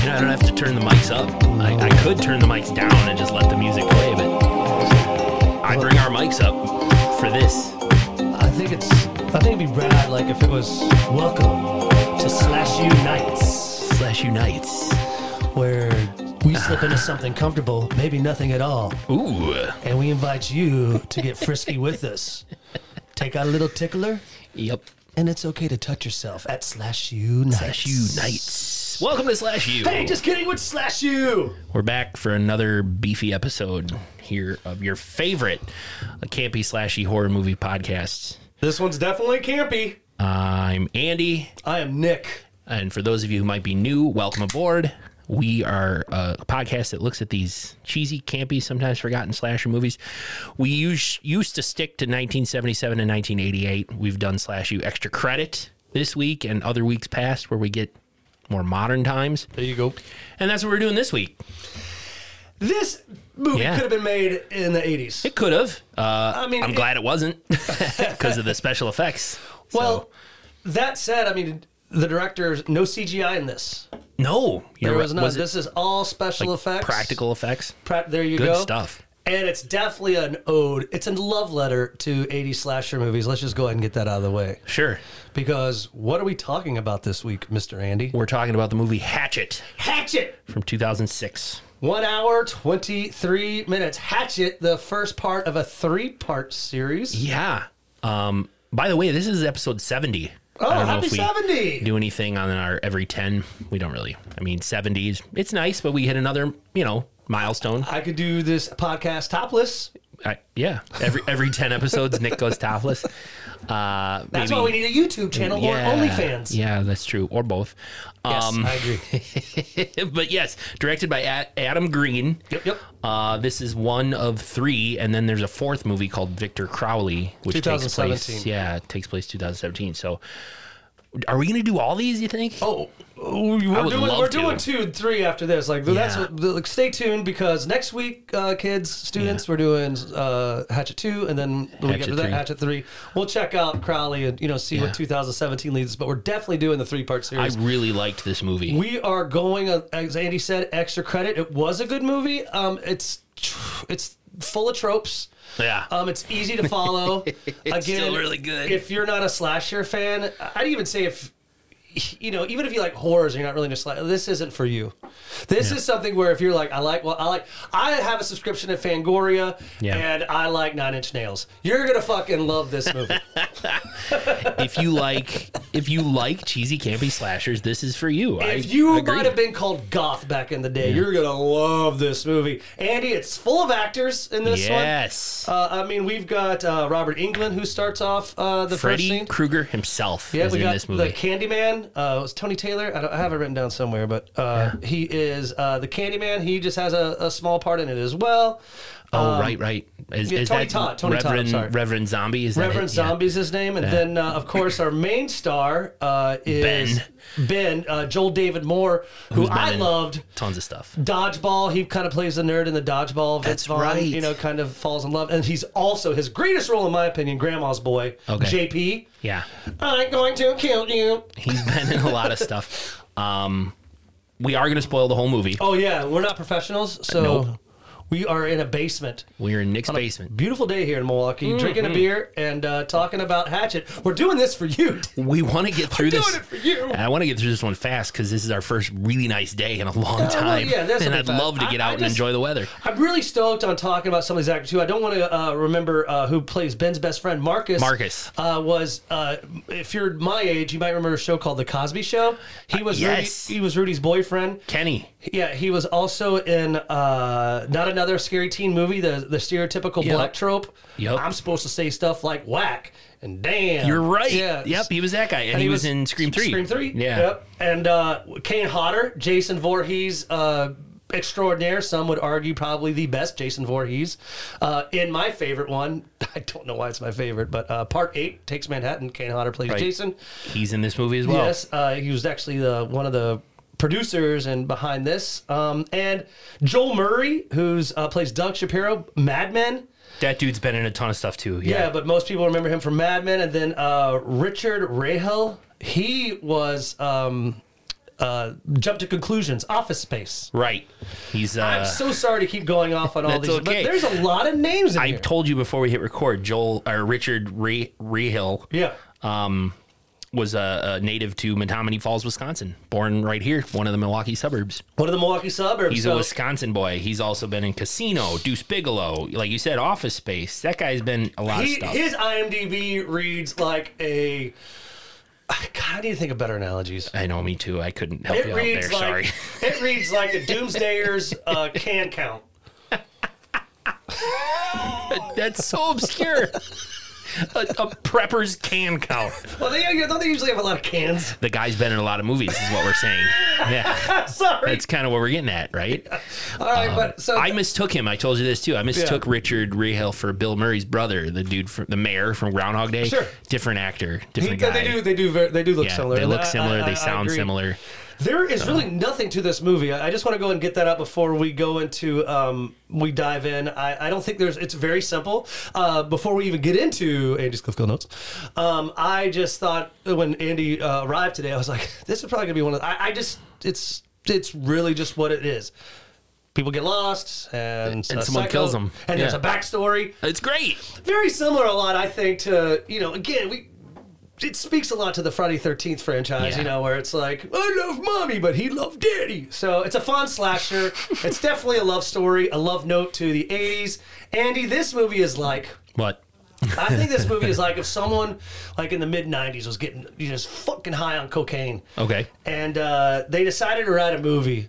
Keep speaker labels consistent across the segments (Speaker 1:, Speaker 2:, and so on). Speaker 1: turn the mics up. I, I could turn the mics down and just let the music play, but I bring our mics up for this.
Speaker 2: I think it's. I think it'd be rad, like if it was welcome to slash you nights,
Speaker 1: Slash unites.
Speaker 2: where we slip into something comfortable, maybe nothing at all,
Speaker 1: Ooh.
Speaker 2: and we invite you to get frisky with us. Take out a little tickler,
Speaker 1: Yep.
Speaker 2: and it's okay to touch yourself at slash you nights.
Speaker 1: Slash unites. Welcome to Slash U.
Speaker 2: Hey, just kidding. What's slash you?
Speaker 1: We're back for another beefy episode here of your favorite campy slashy horror movie podcast.
Speaker 2: This one's definitely campy.
Speaker 1: I'm Andy,
Speaker 2: I am Nick.
Speaker 1: and for those of you who might be new, welcome aboard. We are a podcast that looks at these cheesy, campy, sometimes forgotten slasher movies. We us- used to stick to 1977 and 1988. We've done slash you extra credit this week and other weeks past where we get more modern times,
Speaker 2: There you go.
Speaker 1: and that's what we're doing this week.
Speaker 2: This movie
Speaker 1: Yeah.
Speaker 2: could have been made in the 80s.
Speaker 1: It could have. Uh,
Speaker 2: I mean,
Speaker 1: I'm
Speaker 2: it-
Speaker 1: glad it wasn't because of the special effects.
Speaker 2: Well, that said, I mean, the director's no CGI in this.
Speaker 1: No, you're
Speaker 2: There
Speaker 1: right.
Speaker 2: was none.
Speaker 1: it
Speaker 2: this is all special effects,
Speaker 1: practical effects?
Speaker 2: Pra- there you
Speaker 1: Good
Speaker 2: go.
Speaker 1: stuff.
Speaker 2: And it's definitely an ode. It's a love letter to 80s slasher movies. Let's just go ahead and get that out of the way.
Speaker 1: Sure.
Speaker 2: Because what are we talking about this week, Mr. Andy?
Speaker 1: We're talking about the movie Hatchet
Speaker 2: Hatchet!
Speaker 1: from 2006.
Speaker 2: One hour, 23 minutes. Hatchet, the first part of a three part series.
Speaker 1: Yeah. Um. By the way, this is episode 70.
Speaker 2: Oh, happy
Speaker 1: we
Speaker 2: 70.
Speaker 1: do anything on our every 10. We don't really. I mean, 70s. It's nice, but we hit another, you know, milestone.
Speaker 2: I could do this podcast topless.
Speaker 1: I, yeah. Every every 10 episodes, Nick goes topless. Uh,
Speaker 2: That's
Speaker 1: maybe-
Speaker 2: why we need a YouTube channel
Speaker 1: yeah,
Speaker 2: or OnlyFans.
Speaker 1: Yeah, that's true. Or both.
Speaker 2: Yes,
Speaker 1: Um,
Speaker 2: I agree.
Speaker 1: but yes, directed by A- Adam Green.
Speaker 2: Yep, yep.
Speaker 1: Uh, this is one of three, and then there's a fourth movie called Victor Crowley, which takes
Speaker 2: 2017.
Speaker 1: place. Yeah, it takes place 2017. So, are we gonna do all these? You think?
Speaker 2: Oh, oh, we're
Speaker 1: would
Speaker 2: doing
Speaker 1: love
Speaker 2: we're
Speaker 1: to.
Speaker 2: doing two and three after this. Like that's
Speaker 1: Yeah.
Speaker 2: what, like, stay tuned because next week, uh, kids, students, we're doing uh, Hatchet two, and then we get
Speaker 1: Hatchet
Speaker 2: to that
Speaker 1: three.
Speaker 2: Hatchet three. We'll check out Crowley and you know see
Speaker 1: Yeah.
Speaker 2: what 2017 leads, us, but we're definitely doing the three part
Speaker 1: I
Speaker 2: series.
Speaker 1: really liked this movie.
Speaker 2: we are going uh, as Andy said, extra credit. It was a good movie. Um, it's tr- it's full of tropes.
Speaker 1: yeah.
Speaker 2: Um, it's easy to follow. it's Again,
Speaker 1: still really good.
Speaker 2: If you're not a slasher fan, I'd even say if you know, even if you like horrors, and you're not really into slasher. This isn't for you. This is something where if you're like, I like, well, I like, I have a subscription to Fangoria,
Speaker 1: Yeah.
Speaker 2: and I like Nine Inch Nails. You're gonna fucking love this movie.
Speaker 1: if you like, if you like cheesy campy slashers, this is for you. I
Speaker 2: if you
Speaker 1: agree.
Speaker 2: might have been called goth back in the day, you're gonna love this movie, Andy. It's full of actors in this one.
Speaker 1: yes,
Speaker 2: Uh, I mean, we've got uh, Robert England who starts off uh, the first
Speaker 1: Freddy
Speaker 2: scene.
Speaker 1: Krueger himself
Speaker 2: Yeah,
Speaker 1: is
Speaker 2: we
Speaker 1: in
Speaker 2: got
Speaker 1: this movie.
Speaker 2: the Candyman. Uh, it was Tony Taylor. I, don't, I have it written down somewhere, but uh, he is uh, the Candyman. He just has a, a small part in it as well.
Speaker 1: oh, right, right. Is,
Speaker 2: um, yeah,
Speaker 1: is
Speaker 2: Tony
Speaker 1: that
Speaker 2: Todd, Tony Todd, I'm
Speaker 1: Reverend
Speaker 2: sorry.
Speaker 1: Reverend Zombie? Is that
Speaker 2: Reverend
Speaker 1: it? Yeah.
Speaker 2: Zombie's his name, and then uh, of course our main star uh, is Ben, uh, Joel David Moore, who
Speaker 1: Who's been
Speaker 2: I
Speaker 1: in
Speaker 2: loved.
Speaker 1: Tons of stuff.
Speaker 2: Dodgeball. He kind of plays the nerd in the dodgeball. Vince
Speaker 1: That's
Speaker 2: Vaughn,
Speaker 1: right.
Speaker 2: You know, kind of falls in love, and he's also his greatest role, in my opinion, Grandma's Boy.
Speaker 1: Okay.
Speaker 2: JP.
Speaker 1: Yeah.
Speaker 2: I'm going to kill you.
Speaker 1: He's been in a lot of stuff. Um, we are going to spoil the whole movie.
Speaker 2: Oh yeah, we're not professionals, so
Speaker 1: Nope.
Speaker 2: we are in a basement.
Speaker 1: We're in Nick's basement.
Speaker 2: Beautiful day here in Milwaukee, drinking a
Speaker 1: Mm-hmm.
Speaker 2: beer and uh, talking about Hatchet. We're doing this for you.
Speaker 1: We want to get through
Speaker 2: doing
Speaker 1: this.
Speaker 2: it for you.
Speaker 1: I want to get through this one fast because this is our first really nice day in a long
Speaker 2: well,
Speaker 1: time.
Speaker 2: yeah, that's
Speaker 1: and
Speaker 2: a
Speaker 1: I'd
Speaker 2: bit bad.
Speaker 1: love to get
Speaker 2: I-
Speaker 1: out
Speaker 2: I
Speaker 1: and
Speaker 2: just-
Speaker 1: enjoy the weather.
Speaker 2: I'm really stoked on talking about some of these actors too. I don't want to uh, remember uh, who plays Ben's best friend, Marcus.
Speaker 1: Marcus.
Speaker 2: uh, was, uh, if you're my age, you might remember a show called The Cosby Show. He was
Speaker 1: Uh, yes.
Speaker 2: Rudy, he was Rudy's boyfriend.
Speaker 1: Kenny.
Speaker 2: Yeah, he was also in uh, not another scary teen movie, the the stereotypical
Speaker 1: Yep.
Speaker 2: black trope.
Speaker 1: Yep.
Speaker 2: I'm supposed to say stuff like whack and damn.
Speaker 1: You're right.
Speaker 2: Yeah.
Speaker 1: Yep, he was that guy. And, he, was, in Scream 3.
Speaker 2: Scream three.
Speaker 1: Yeah.
Speaker 2: Yep. And uh, Kane Hodder, Jason Voorhees, uh, extraordinaire. Some would argue probably the best Jason Voorhees. Uh, in my favorite one, I don't know why it's my favorite, but uh, Part Eight takes Manhattan. Kane Hodder plays
Speaker 1: Right.
Speaker 2: Jason.
Speaker 1: He's in this movie as well.
Speaker 2: Yes, uh, he was actually the one of the producers and behind this. Um, and Joel Murray, who's uh, plays Doug Shapiro, Mad Men.
Speaker 1: That dude's been in a ton of stuff too.
Speaker 2: Yeah.
Speaker 1: Yeah.
Speaker 2: but most people remember him from Mad Men. And then uh, Richard Rahel, he was um, uh, jump to conclusions. Office Space.
Speaker 1: Right. He's. Uh,
Speaker 2: I'm so sorry to keep going off on all
Speaker 1: That's
Speaker 2: these,
Speaker 1: okay.
Speaker 2: but there's a lot of names in
Speaker 1: I
Speaker 2: here.
Speaker 1: told you before we hit record, Joel or Richard Re- Rehill
Speaker 2: yeah.
Speaker 1: um, was a, a native to Menominee Falls, Wisconsin, born right here, one of the Milwaukee suburbs.
Speaker 2: One of the Milwaukee suburbs.
Speaker 1: He's a
Speaker 2: so-
Speaker 1: Wisconsin boy. He's also been in Casino, Deuce Bigelow, like you said, Office Space. That guy's been a lot
Speaker 2: He-
Speaker 1: of stuff.
Speaker 2: his IMDb reads like a. God, I need to think of better analogies.
Speaker 1: I know, me too. I couldn't help
Speaker 2: It
Speaker 1: you out there.
Speaker 2: reads
Speaker 1: Sorry.
Speaker 2: like it reads like a doomsdayer's uh, can count.
Speaker 1: That's so obscure. a, a prepper's can count.
Speaker 2: Well, they don't they usually have a lot of cans.
Speaker 1: The guy's been in a lot of movies, is what we're saying. Yeah,
Speaker 2: Sorry.
Speaker 1: that's kind of what we're getting at, right?
Speaker 2: All right, but so
Speaker 1: Uh, I mistook him. I told you this too. I mistook
Speaker 2: Yeah.
Speaker 1: Richard Rehill for Bill Murray's brother, the dude from the mayor from Groundhog Day.
Speaker 2: Sure.
Speaker 1: Different actor,
Speaker 2: he-
Speaker 1: different guy.
Speaker 2: they do they do ver- they do look
Speaker 1: Yeah,
Speaker 2: similar. Uh,
Speaker 1: they look
Speaker 2: I- I-
Speaker 1: similar.
Speaker 2: I- I
Speaker 1: they sound
Speaker 2: agree.
Speaker 1: similar.
Speaker 2: There is really nothing to this movie. I, I just want to go and get that out before we go into um, we dive in. I, I don't think there's. It's very simple. Uh, before we even get into Andy's Cliffkill notes, um, I just thought when Andy uh, arrived today, I was like, this is probably gonna be one of. I, I just it's it's really just what it is. People get lost, and, a
Speaker 1: someone kills 'em.
Speaker 2: and there's
Speaker 1: Yeah.
Speaker 2: a backstory
Speaker 1: It's great.
Speaker 2: very similar a lot, I think, to you know, again, we it speaks a lot to the Friday thirteenth franchise,
Speaker 1: Yeah.
Speaker 2: you know, where it's like, I love mommy, but he loved daddy. So it's a fun slasher. it's definitely a love story, a love note to the eighties. Andy, this movie is like
Speaker 1: What?
Speaker 2: I think this movie is like if someone like in the mid nineties was getting just fucking high on cocaine
Speaker 1: Okay.
Speaker 2: and uh, they decided to write a movie,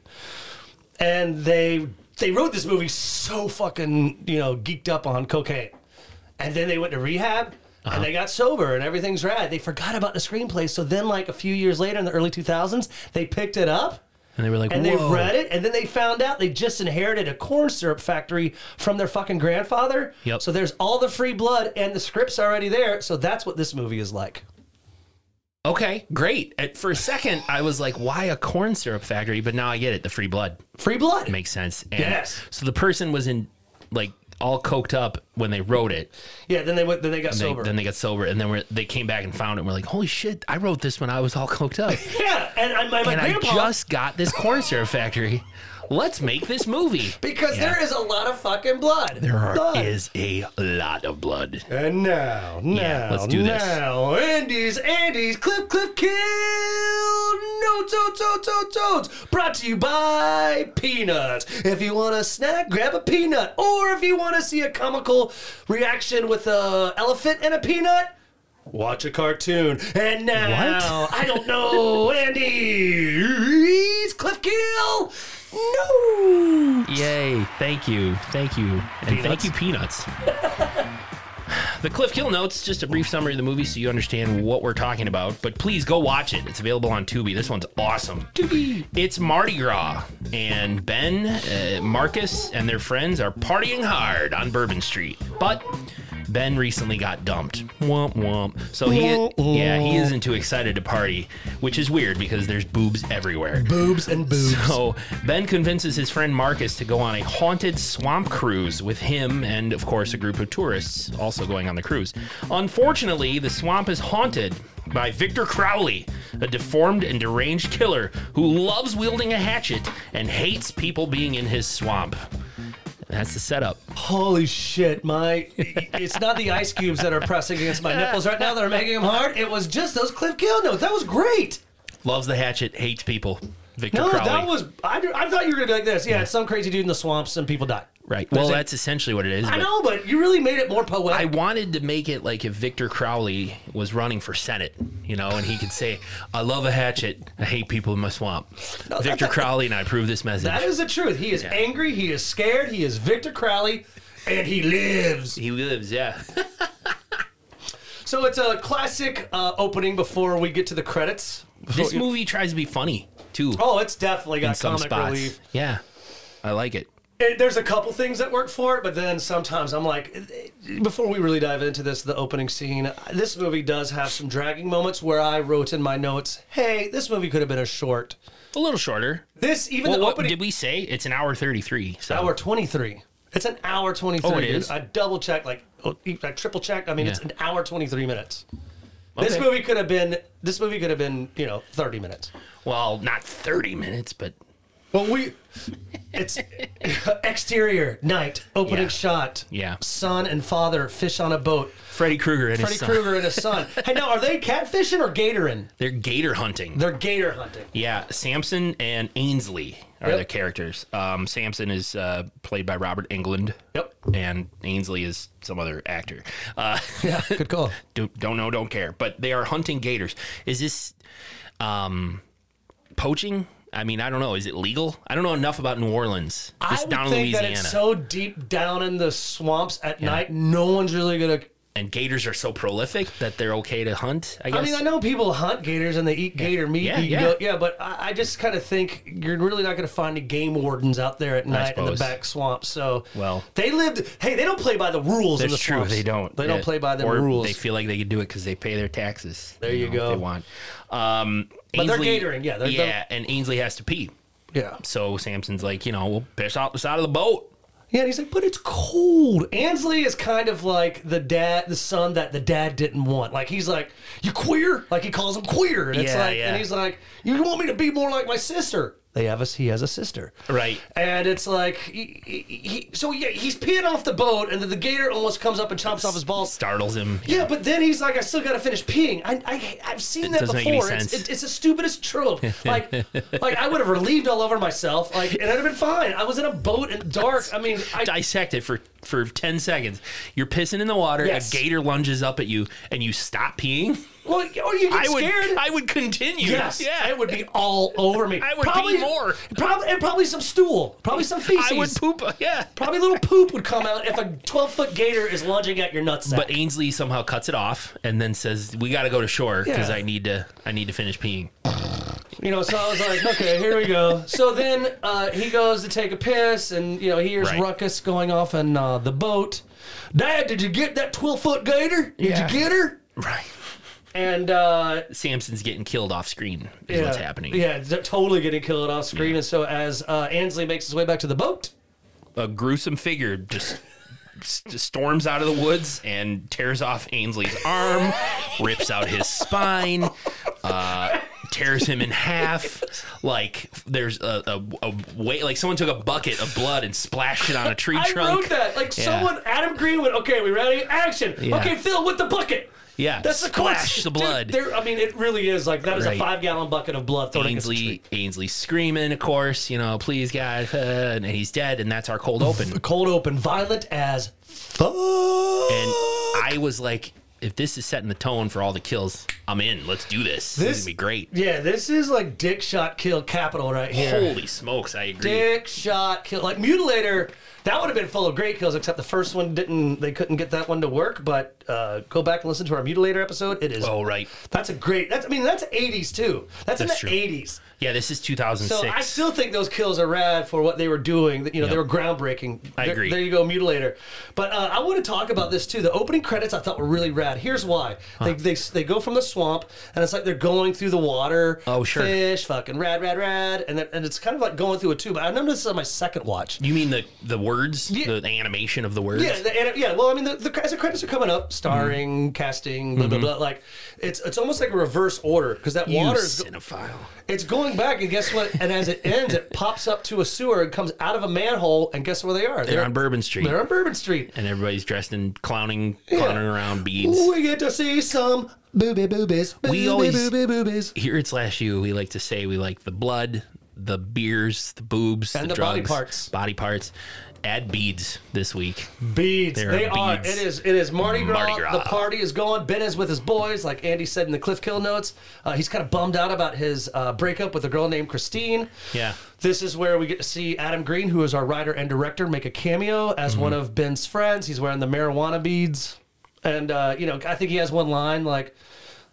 Speaker 2: and they they wrote this movie so fucking you know geeked up on cocaine, and then they went to rehab.
Speaker 1: Uh-huh.
Speaker 2: And they got sober and everything's rad. They forgot about the screenplay. So then, like a few years later in the early 2000s, they picked it up
Speaker 1: And they were like,
Speaker 2: and
Speaker 1: Whoa.
Speaker 2: they read it, and then they found out they just inherited a corn syrup factory from their fucking grandfather.
Speaker 1: Yep.
Speaker 2: So there's all the free blood, and the script's already there. So that's what this movie is like.
Speaker 1: Okay, great. At, for a second, I was like, why a corn syrup factory? But now I get it. The free blood
Speaker 2: Free blood.
Speaker 1: makes sense. And
Speaker 2: Yes.
Speaker 1: So the person was in like all coked up when they wrote it.
Speaker 2: Yeah. Then they went. Then they got
Speaker 1: They-
Speaker 2: sober.
Speaker 1: then they got sober, and then we're, they came back and found it. And we're like, holy shit! I wrote this when I was all coked up.
Speaker 2: Yeah, and, and my, my
Speaker 1: and I
Speaker 2: grandpa.
Speaker 1: just got this corn syrup factory. Let's make this movie.
Speaker 2: because
Speaker 1: Yeah.
Speaker 2: there is a lot of fucking blood.
Speaker 1: There are-
Speaker 2: blood.
Speaker 1: is a lot of blood.
Speaker 2: And now, now,
Speaker 1: let's do this.
Speaker 2: now, Andy's, Andy's, Cliff, Cliff, Kill, Notes, Oats, Oats, Oats, Oats, brought to you by Peanuts. If you want a snack, grab a peanut. Or if you want to see a comical reaction with a elephant and a peanut, watch a cartoon. And now, I don't know, Andy's, Cliff, Kill, No.
Speaker 1: Yay! Thank you, thank you, and thank you, peanuts. the Cliff Kill notes, just a brief summary of the movie, so you understand what we're talking about. But please go watch it. It's available on Tubi. This one's awesome. Tubi. It's Mardi Gras, and Ben, uh, Marcus, and their friends are partying hard on Bourbon Street, but. Ben recently got dumped. Womp womp. So he, yeah, he isn't too excited to party, which is weird because there's boobs everywhere.
Speaker 2: Boobs and boobs.
Speaker 1: So Ben convinces his friend Marcus to go on a haunted swamp cruise with him and, of course, a group of tourists also going on the cruise. Unfortunately, the swamp is haunted by Victor Crowley, a deformed and deranged killer who loves wielding a hatchet and hates people being in his swamp. That's the setup.
Speaker 2: Holy shit, my. It's not the ice cubes that are pressing against my nipples right now that are making them hard. It was just those Cliff Kill notes. That was great.
Speaker 1: Loves the hatchet, hates people. Victor
Speaker 2: No,
Speaker 1: Crowley.
Speaker 2: that was. I, I thought you were going to be like this. Yeah, it's some crazy dude in the swamps and people die.
Speaker 1: right. Well,
Speaker 2: That's it.
Speaker 1: that's essentially what it is.
Speaker 2: I
Speaker 1: but-
Speaker 2: know, but you really made it more
Speaker 1: I
Speaker 2: poetic.
Speaker 1: wanted to make it like if Victor Crowley was running for Senate, you know, and he could say, I love a hatchet. I hate people in my swamp. Victor Crowley and I approve this message.
Speaker 2: that is the truth. He is angry, he is scared, he is Victor Crowley, and he lives.
Speaker 1: he lives, yeah.
Speaker 2: So it's a classic uh, opening before we get to the credits.
Speaker 1: this movie tries to be funny, too,
Speaker 2: Oh, it's definitely got
Speaker 1: in some
Speaker 2: comic
Speaker 1: spots.
Speaker 2: relief.
Speaker 1: Yeah. I like it.
Speaker 2: it, there's a couple things that work for it, but then sometimes I'm like, before we really dive into this, the opening scene, this movie does have some dragging moments where I wrote in my notes, hey, this movie could have been a short.
Speaker 1: A little shorter.
Speaker 2: This, even
Speaker 1: Well,
Speaker 2: the
Speaker 1: what
Speaker 2: opening,
Speaker 1: did we say? It's an hour 33. So
Speaker 2: hour 23. It's an hour 23.
Speaker 1: Oh, it
Speaker 2: dude.
Speaker 1: is?
Speaker 2: oh, e, I double checked, like, I triple checked. I mean, it's
Speaker 1: Yeah.
Speaker 2: an hour 23 minutes. This
Speaker 1: Okay.
Speaker 2: movie could have been this movie could have been you know thirty minutes.
Speaker 1: Well, not 30 minutes, but
Speaker 2: But we, it's exterior night opening
Speaker 1: Yeah.
Speaker 2: shot.
Speaker 1: Yeah.
Speaker 2: son and father fish on a boat.
Speaker 1: Freddy Krueger and
Speaker 2: Freddy
Speaker 1: his son.
Speaker 2: Krueger and his son. hey, now are they catfishing or gatoring?
Speaker 1: They're gator hunting.
Speaker 2: They're gator hunting.
Speaker 1: yeah, Samson and Ainsley are
Speaker 2: Yep.
Speaker 1: the characters. Um, Samson is uh, played by Robert England.
Speaker 2: Yep.
Speaker 1: And Ainsley is some other actor. Uh,
Speaker 2: Yeah, good call.
Speaker 1: do, don't know, don't care. But they are hunting gators. Is this um, poaching? I mean, I don't know. Is it legal? I don't know enough about New Orleans.
Speaker 2: I
Speaker 1: This
Speaker 2: would
Speaker 1: down in
Speaker 2: think
Speaker 1: Louisiana.
Speaker 2: that it's so deep down in the swamps at night, no one's really gonna.
Speaker 1: and gators are so prolific that they're okay to hunt, I guess.
Speaker 2: I mean, I know people hunt gators and they eat gator meat.
Speaker 1: Yeah,
Speaker 2: you
Speaker 1: yeah.
Speaker 2: go- yeah but I, I just kind of think you're really not going to find any game wardens out there at night in the
Speaker 1: suppose.
Speaker 2: back swamp. So,
Speaker 1: Well-
Speaker 2: they lived. Hey, they don't play by the rules. in the
Speaker 1: That's true.
Speaker 2: swamps.
Speaker 1: They don't.
Speaker 2: They don't
Speaker 1: Yeah.
Speaker 2: play by the
Speaker 1: Or
Speaker 2: rules.
Speaker 1: They feel like they can do it because they pay their taxes. There
Speaker 2: you go.
Speaker 1: If they want. Um, but
Speaker 2: they're catering, yeah, they're-
Speaker 1: yeah, and Ainsley has to pee.
Speaker 2: yeah.
Speaker 1: So Samson's like, you know, we'll piss out the side of the boat.
Speaker 2: Yeah, and he's like, but it's cold. Ansley is kind of like the dad, the son that the dad didn't want. Like he's like, you queer. Like he calls him queer, and it's
Speaker 1: Yeah,
Speaker 2: like,
Speaker 1: yeah.
Speaker 2: and he's like, you want me to be more like my sister? They have us. He has a sister,
Speaker 1: Right.
Speaker 2: And it's like, he, he, he, so yeah, he's peeing off the boat, and then the gator almost comes up and chomps off his balls.
Speaker 1: Startles him.
Speaker 2: Yeah, but then he's like, I still got to finish peeing. I, I, I've seen that
Speaker 1: doesn't make
Speaker 2: before.
Speaker 1: any
Speaker 2: It's,
Speaker 1: sense.
Speaker 2: it, it's the stupidest trope. Like, like I would have relieved all over myself, like, and I'd have been fine. I was in a boat in dark. I mean, I,
Speaker 1: Dissect it for, for 10 seconds. You're pissing in the water. A
Speaker 2: Yes.
Speaker 1: gator lunges up at you and you stop peeing.
Speaker 2: Well, or you get
Speaker 1: I would,
Speaker 2: scared.
Speaker 1: I would continue.
Speaker 2: yes,
Speaker 1: Yeah.
Speaker 2: it would be all over me.
Speaker 1: I would pee more.
Speaker 2: Probably and probably some stool, probably some feces.
Speaker 1: I would poop. Yeah.
Speaker 2: Probably a little poop would come out if a twelve foot gator is lunging at your nutsack.
Speaker 1: But Ainsley somehow cuts it off and then says, "We got to go to shore because
Speaker 2: Yeah.
Speaker 1: I need to. I need to finish peeing."
Speaker 2: you know, so I was like, okay, here we go. So then uh, he goes to take a piss, and you know, he hears
Speaker 1: Right.
Speaker 2: ruckus going off in uh, the boat. Dad, did you get that twelve foot gator? Did
Speaker 1: Yeah.
Speaker 2: you get her?
Speaker 1: Right.
Speaker 2: And uh,
Speaker 1: Samson's getting killed off screen. Is what's happening.
Speaker 2: Yeah, they're totally getting killed off screen. And so as uh, Ansley makes his way back to the boat.
Speaker 1: A gruesome figure just. st- Storms out of the woods and tears off Ainsley's arm, rips out his spine, uh, tears him in half. Like there's a, a, a way, like someone took a bucket of blood and splashed it on a tree
Speaker 2: I
Speaker 1: trunk.
Speaker 2: wrote that. Like someone, Adam Green went, okay, we ready? Action.
Speaker 1: Yeah.
Speaker 2: Okay, Phil, with the bucket.
Speaker 1: Yeah,
Speaker 2: That's the
Speaker 1: splash
Speaker 2: question.
Speaker 1: the blood.
Speaker 2: Dude, there, I mean, it really is like that is a
Speaker 1: Right.
Speaker 2: five gallon bucket of blood thrown against the tree.
Speaker 1: Ainsley, Ainsley screaming, of course, you know, please God, uh, and he's dead, and that's our cold open. And
Speaker 2: Cold open, violent as fuck.
Speaker 1: I was like, if this is setting the tone for all the kills, I'm in. Let's do this. This,
Speaker 2: This-
Speaker 1: is gonna be great.
Speaker 2: yeah, this is like dick shot kill capital right here.
Speaker 1: Holy smokes, I agree.
Speaker 2: Dick shot kill like mutilator. That would have been full of great kills, except the first one didn't. They couldn't get that one to work. But uh, go back and listen to our mutilator episode. It is.
Speaker 1: Oh right,
Speaker 2: That's a great. That's I mean that's 80s too. That's,
Speaker 1: That's true.
Speaker 2: in the 80s.
Speaker 1: yeah, this is
Speaker 2: So
Speaker 1: 2006.
Speaker 2: I still think those kills are rad for what they were doing. That You know, they
Speaker 1: Yeah.
Speaker 2: were groundbreaking.
Speaker 1: I
Speaker 2: there,
Speaker 1: agree.
Speaker 2: There you go, Mutilator. But uh, I want to talk about this too. The opening credits I thought were really rad. Here's why: they, they they go from the swamp, and it's like they're going through the water.
Speaker 1: Oh, sure.
Speaker 2: Fish, fucking rad, rad, rad, and then, and it's kind of like going through a tube. I noticed this on my second watch.
Speaker 1: you mean the the words,
Speaker 2: Yeah.
Speaker 1: the, the animation of the words?
Speaker 2: Yeah, the, and, yeah. Well, I mean, the, the, as the credits are coming
Speaker 1: Mm-hmm.
Speaker 2: up, starring, casting, blah blah blah. Like, it's it's almost like a reverse order because that
Speaker 1: you
Speaker 2: water is
Speaker 1: cinephile.
Speaker 2: It's going back, and guess what? And as it ends, it pops up to a sewer and comes out of a manhole, and guess where they are?
Speaker 1: They're on Bourbon Street,
Speaker 2: They're on Bourbon Street.
Speaker 1: and everybody's dressed in clowning, clowning around beads.
Speaker 2: We get to see some booby boobies. Booby
Speaker 1: always-
Speaker 2: booby boobies.
Speaker 1: here at Slash U, we like to say we like the blood, the beers, the boobs,
Speaker 2: And
Speaker 1: the,
Speaker 2: the body
Speaker 1: drugs,
Speaker 2: parts.
Speaker 1: Body parts. Add beads this week.
Speaker 2: Beads.
Speaker 1: There
Speaker 2: they
Speaker 1: are
Speaker 2: are.
Speaker 1: beads.
Speaker 2: It is. It is Mardi Gras.
Speaker 1: Mardi Gras.
Speaker 2: The party is going. Ben is with his boys, like Andy said in the Cliff Kill notes. Uh, he's kind of bummed out about his uh, breakup with a girl named Christine.
Speaker 1: Yeah.
Speaker 2: This is where we get to see Adam Green, who is our writer and director, make a cameo as one
Speaker 1: Mm-hmm.
Speaker 2: of Ben's friends. He's wearing the marijuana beads, and uh, you know, I think he has one line like.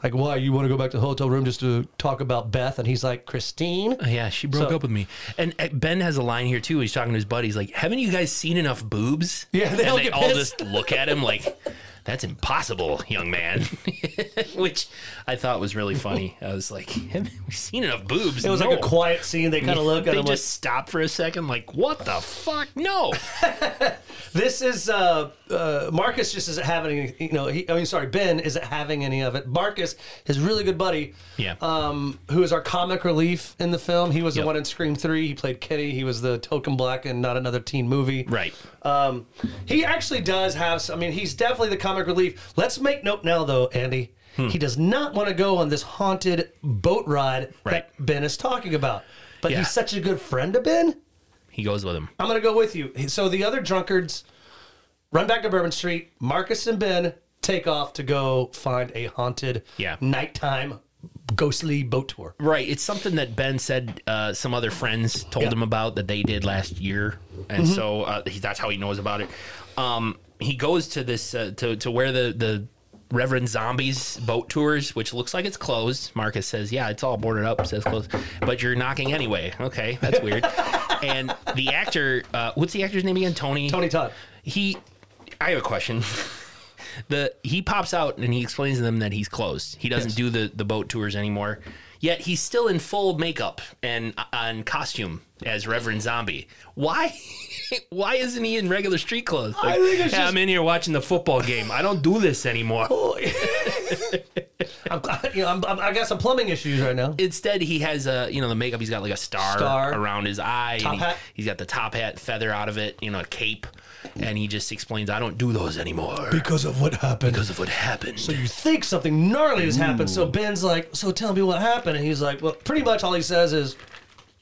Speaker 2: Like, why you want to go back to the hotel room just to talk about Beth? And he's like, Christine.
Speaker 1: Yeah, she broke
Speaker 2: So-
Speaker 1: up with me. And uh, Ben has a line here too. He's talking to his buddies, like, "Haven't you guys seen enough boobs?"
Speaker 2: Yeah, they all
Speaker 1: and they
Speaker 2: get
Speaker 1: all
Speaker 2: pissed.
Speaker 1: just look at him like, that's impossible, young man. Which I thought was really funny. I was like, have we seen enough boobs?
Speaker 2: It was like a quiet scene. They kind of look
Speaker 1: They
Speaker 2: at him
Speaker 1: just
Speaker 2: like,
Speaker 1: stop for a second, like, what the fuck? No.
Speaker 2: This is uh, uh, Marcus just isn't having any, you know, he, I mean, sorry, Ben isn't having any of it. Marcus, his really good buddy,
Speaker 1: Yeah.
Speaker 2: um, who is our comic relief in the film. He was
Speaker 1: Yep.
Speaker 2: the one in Scream 3. He played Kenny. He was the token black in Not Another Teen Movie.
Speaker 1: Right.
Speaker 2: Um, he actually does have, some, I mean, he's definitely the comic relief. Let's make note now, though, Andy.
Speaker 1: Hmm.
Speaker 2: He does not want to go on this haunted boat ride
Speaker 1: Right.
Speaker 2: that Ben is talking about. But
Speaker 1: Yeah.
Speaker 2: he's such a good friend to Ben.
Speaker 1: He goes with him.
Speaker 2: I'm gonna go with you. So the other drunkards run back to Bourbon Street. Marcus and Ben take off to go find a haunted
Speaker 1: Yeah.
Speaker 2: nighttime ghostly boat tour.
Speaker 1: Right. It's something that Ben said uh, some other friends told
Speaker 2: Yeah.
Speaker 1: him about that they did last year. And so uh, he, that's how he knows about it. Um, he goes to this, uh, to, to where the, the Reverend Zombies boat tours, which looks like it's closed. Marcus says, Yeah, it's all boarded up, says closed. But you're knocking anyway. Okay. That's weird. and the actor, uh, what's the actor's name again? Tony?
Speaker 2: Tony Todd.
Speaker 1: He, I have a question. the he pops out and he explains to them that he's closed. He doesn't do the the boat tours anymore. Yet he's still in full makeup and on costume as Reverend Zombie. Why? Why isn't he in regular street clothes? Like,
Speaker 2: think it's
Speaker 1: "Hey, I'm in here watching the football game. I don't do this anymore.
Speaker 2: I'm, you know, I'm, I'm, I got some plumbing issues right now.
Speaker 1: Instead, he has a you know the makeup. He's got like a star,
Speaker 2: Star.
Speaker 1: around his eye.
Speaker 2: Top
Speaker 1: and
Speaker 2: hat.
Speaker 1: He, has got the top hat, feather out of it. You know, a cape, and he just explains, "I don't do those anymore
Speaker 2: Because of what happened.
Speaker 1: because of what happened."
Speaker 2: So you think something gnarly has happened. So Ben's like, so tell me what happened. And he's like, well, pretty much all he says is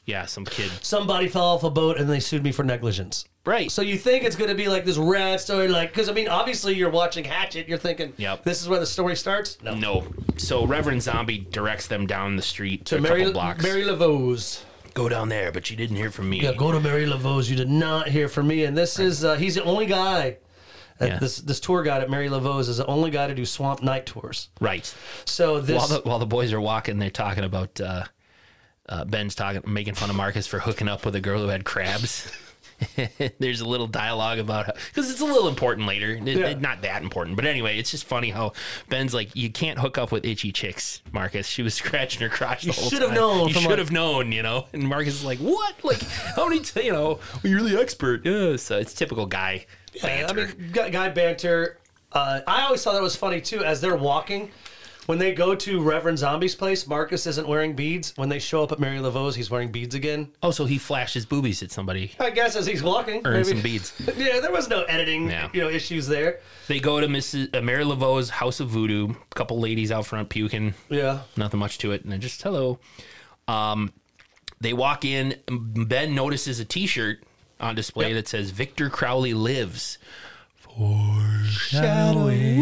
Speaker 1: yeah, some kid
Speaker 2: somebody fell off a boat and they sued me for negligence.
Speaker 1: Right.
Speaker 2: So you think it's going to be like this rad story, like because I mean, obviously you're watching Hatchet, you're thinking,
Speaker 1: Yep.
Speaker 2: this is where the story starts. No,
Speaker 1: no. So Reverend Zombie directs them down the street to,
Speaker 2: to
Speaker 1: a
Speaker 2: Mary
Speaker 1: couple blocks.
Speaker 2: Mary Laveau's.
Speaker 1: go down there, but you didn't hear from me.
Speaker 2: Yeah, go to Mary Laveau's. You did not hear from me, and this is uh, he's the only guy. at
Speaker 1: Yeah.
Speaker 2: This this tour guide at Mary Laveau's is the only guy to do swamp night tours.
Speaker 1: Right.
Speaker 2: So this
Speaker 1: While the while the boys are walking, they're talking about uh, uh, Ben's talking, making fun of Marcus for hooking up with a girl who had crabs. There's a little dialogue about because it's a little important later. It-
Speaker 2: Yeah.
Speaker 1: Not that important, but anyway, it's just funny how Ben's like, "You can't hook up with itchy chicks, Marcus." She was scratching her crotch. You
Speaker 2: should have known
Speaker 1: You
Speaker 2: from
Speaker 1: should
Speaker 2: like-
Speaker 1: have known, you know. And Marcus is like, "What? Like, how many? T- you know, well, you're the expert." Yeah. So it's typical guy.
Speaker 2: Yeah,
Speaker 1: banter.
Speaker 2: I mean, guy, guy banter. Uh, I always thought that was funny too. As they're walking, when they go to Reverend Zombie's place, Marcus isn't wearing beads. When they show up at Mary Laveau's, he's wearing beads again.
Speaker 1: Oh, so he flashed his boobies at somebody.
Speaker 2: I guess as he's walking,
Speaker 1: Earned
Speaker 2: maybe.
Speaker 1: some beads.
Speaker 2: yeah, there was no editing,
Speaker 1: Yeah.
Speaker 2: you know, issues there.
Speaker 1: They go to Mrs. Uh, Mary Laveau's House of Voodoo. Couple ladies out front puking.
Speaker 2: Yeah,
Speaker 1: Nothing much to it. And then just hello. Um, they walk in. Ben notices a T-shirt on display that says "Victor Crowley lives."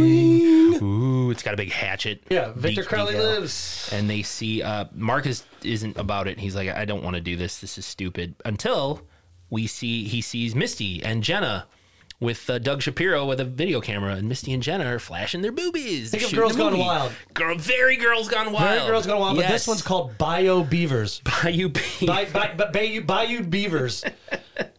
Speaker 1: Ooh, it's got a big hatchet. uh,
Speaker 2: yeah. Victor
Speaker 1: Deep
Speaker 2: Crowley
Speaker 1: detail.
Speaker 2: lives.
Speaker 1: And they see uh, Marcus isn't about it. He's like, I don't want to do this. This is stupid. Until we see he sees Misty and Jenna with uh, Doug Shapiro with a video camera, and Misty and Jenna are flashing their boobies.
Speaker 2: Think of
Speaker 1: shooting
Speaker 2: Girls
Speaker 1: a
Speaker 2: Gone
Speaker 1: movie.
Speaker 2: Wild.
Speaker 1: Girl, very girls gone wild.
Speaker 2: Mary Girl's Gone Wild, but this
Speaker 1: Yes.
Speaker 2: one's called Bio Beavers.
Speaker 1: Bayou
Speaker 2: Bi- bi- bi- Bayou, Bayou Beavers.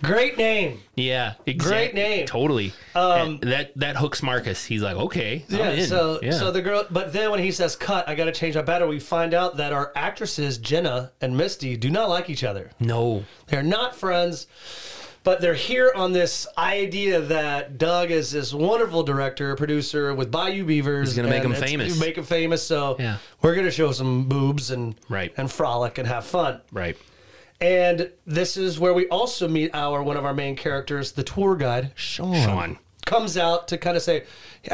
Speaker 2: Great name.
Speaker 1: Yeah, exactly.
Speaker 2: name. Um,
Speaker 1: Totally. And that that hooks Marcus. He's like, okay, I'm
Speaker 2: Yeah,
Speaker 1: in.
Speaker 2: so
Speaker 1: yeah.
Speaker 2: so the girl, but then when he says cut, I got to change my battery. We find out that our actresses Jenna and Misty do not like each other.
Speaker 1: no,
Speaker 2: They're not friends, but they're here on this idea that Doug is this wonderful director, producer with Bayou Beavers. He's
Speaker 1: gonna make 'em famous.
Speaker 2: Make him famous. So
Speaker 1: Yeah.
Speaker 2: we're gonna show some boobs and
Speaker 1: Right.
Speaker 2: and frolic and have fun.
Speaker 1: right.
Speaker 2: And this is where we also meet our one of our main characters, the tour guide Sean.
Speaker 1: Sean.
Speaker 2: Comes out to kind of say,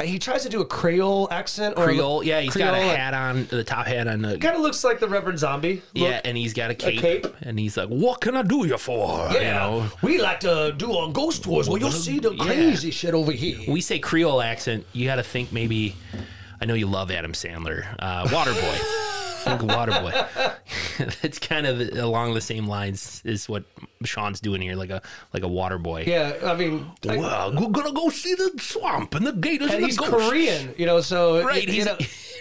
Speaker 2: he tries to do a Creole accent or
Speaker 1: Creole. Yeah, he's
Speaker 2: he's
Speaker 1: got a hat on, the top hat on. The,
Speaker 2: Kind of looks like the Reverend Zombie. Look.
Speaker 1: Yeah, and he's got a cape,
Speaker 2: cape.
Speaker 1: and he's like, "What can I do you for?" You know,
Speaker 2: we like to do on ghost tours. Well, you'll see the
Speaker 1: yeah.
Speaker 2: crazy shit over here.
Speaker 1: we say Creole accent. You got to think maybe. I know you love Adam Sandler, uh, Waterboy. think of Waterboy. that's kind of along the same lines is what Sean's doing here, like a like a water boy.
Speaker 2: Yeah, I mean, I-
Speaker 1: Well, we're gonna go see the swamp and the gators
Speaker 2: and
Speaker 1: the
Speaker 2: he's
Speaker 1: ghosts.
Speaker 2: Korean, you know. So
Speaker 1: Right,
Speaker 2: you
Speaker 1: he's
Speaker 2: know,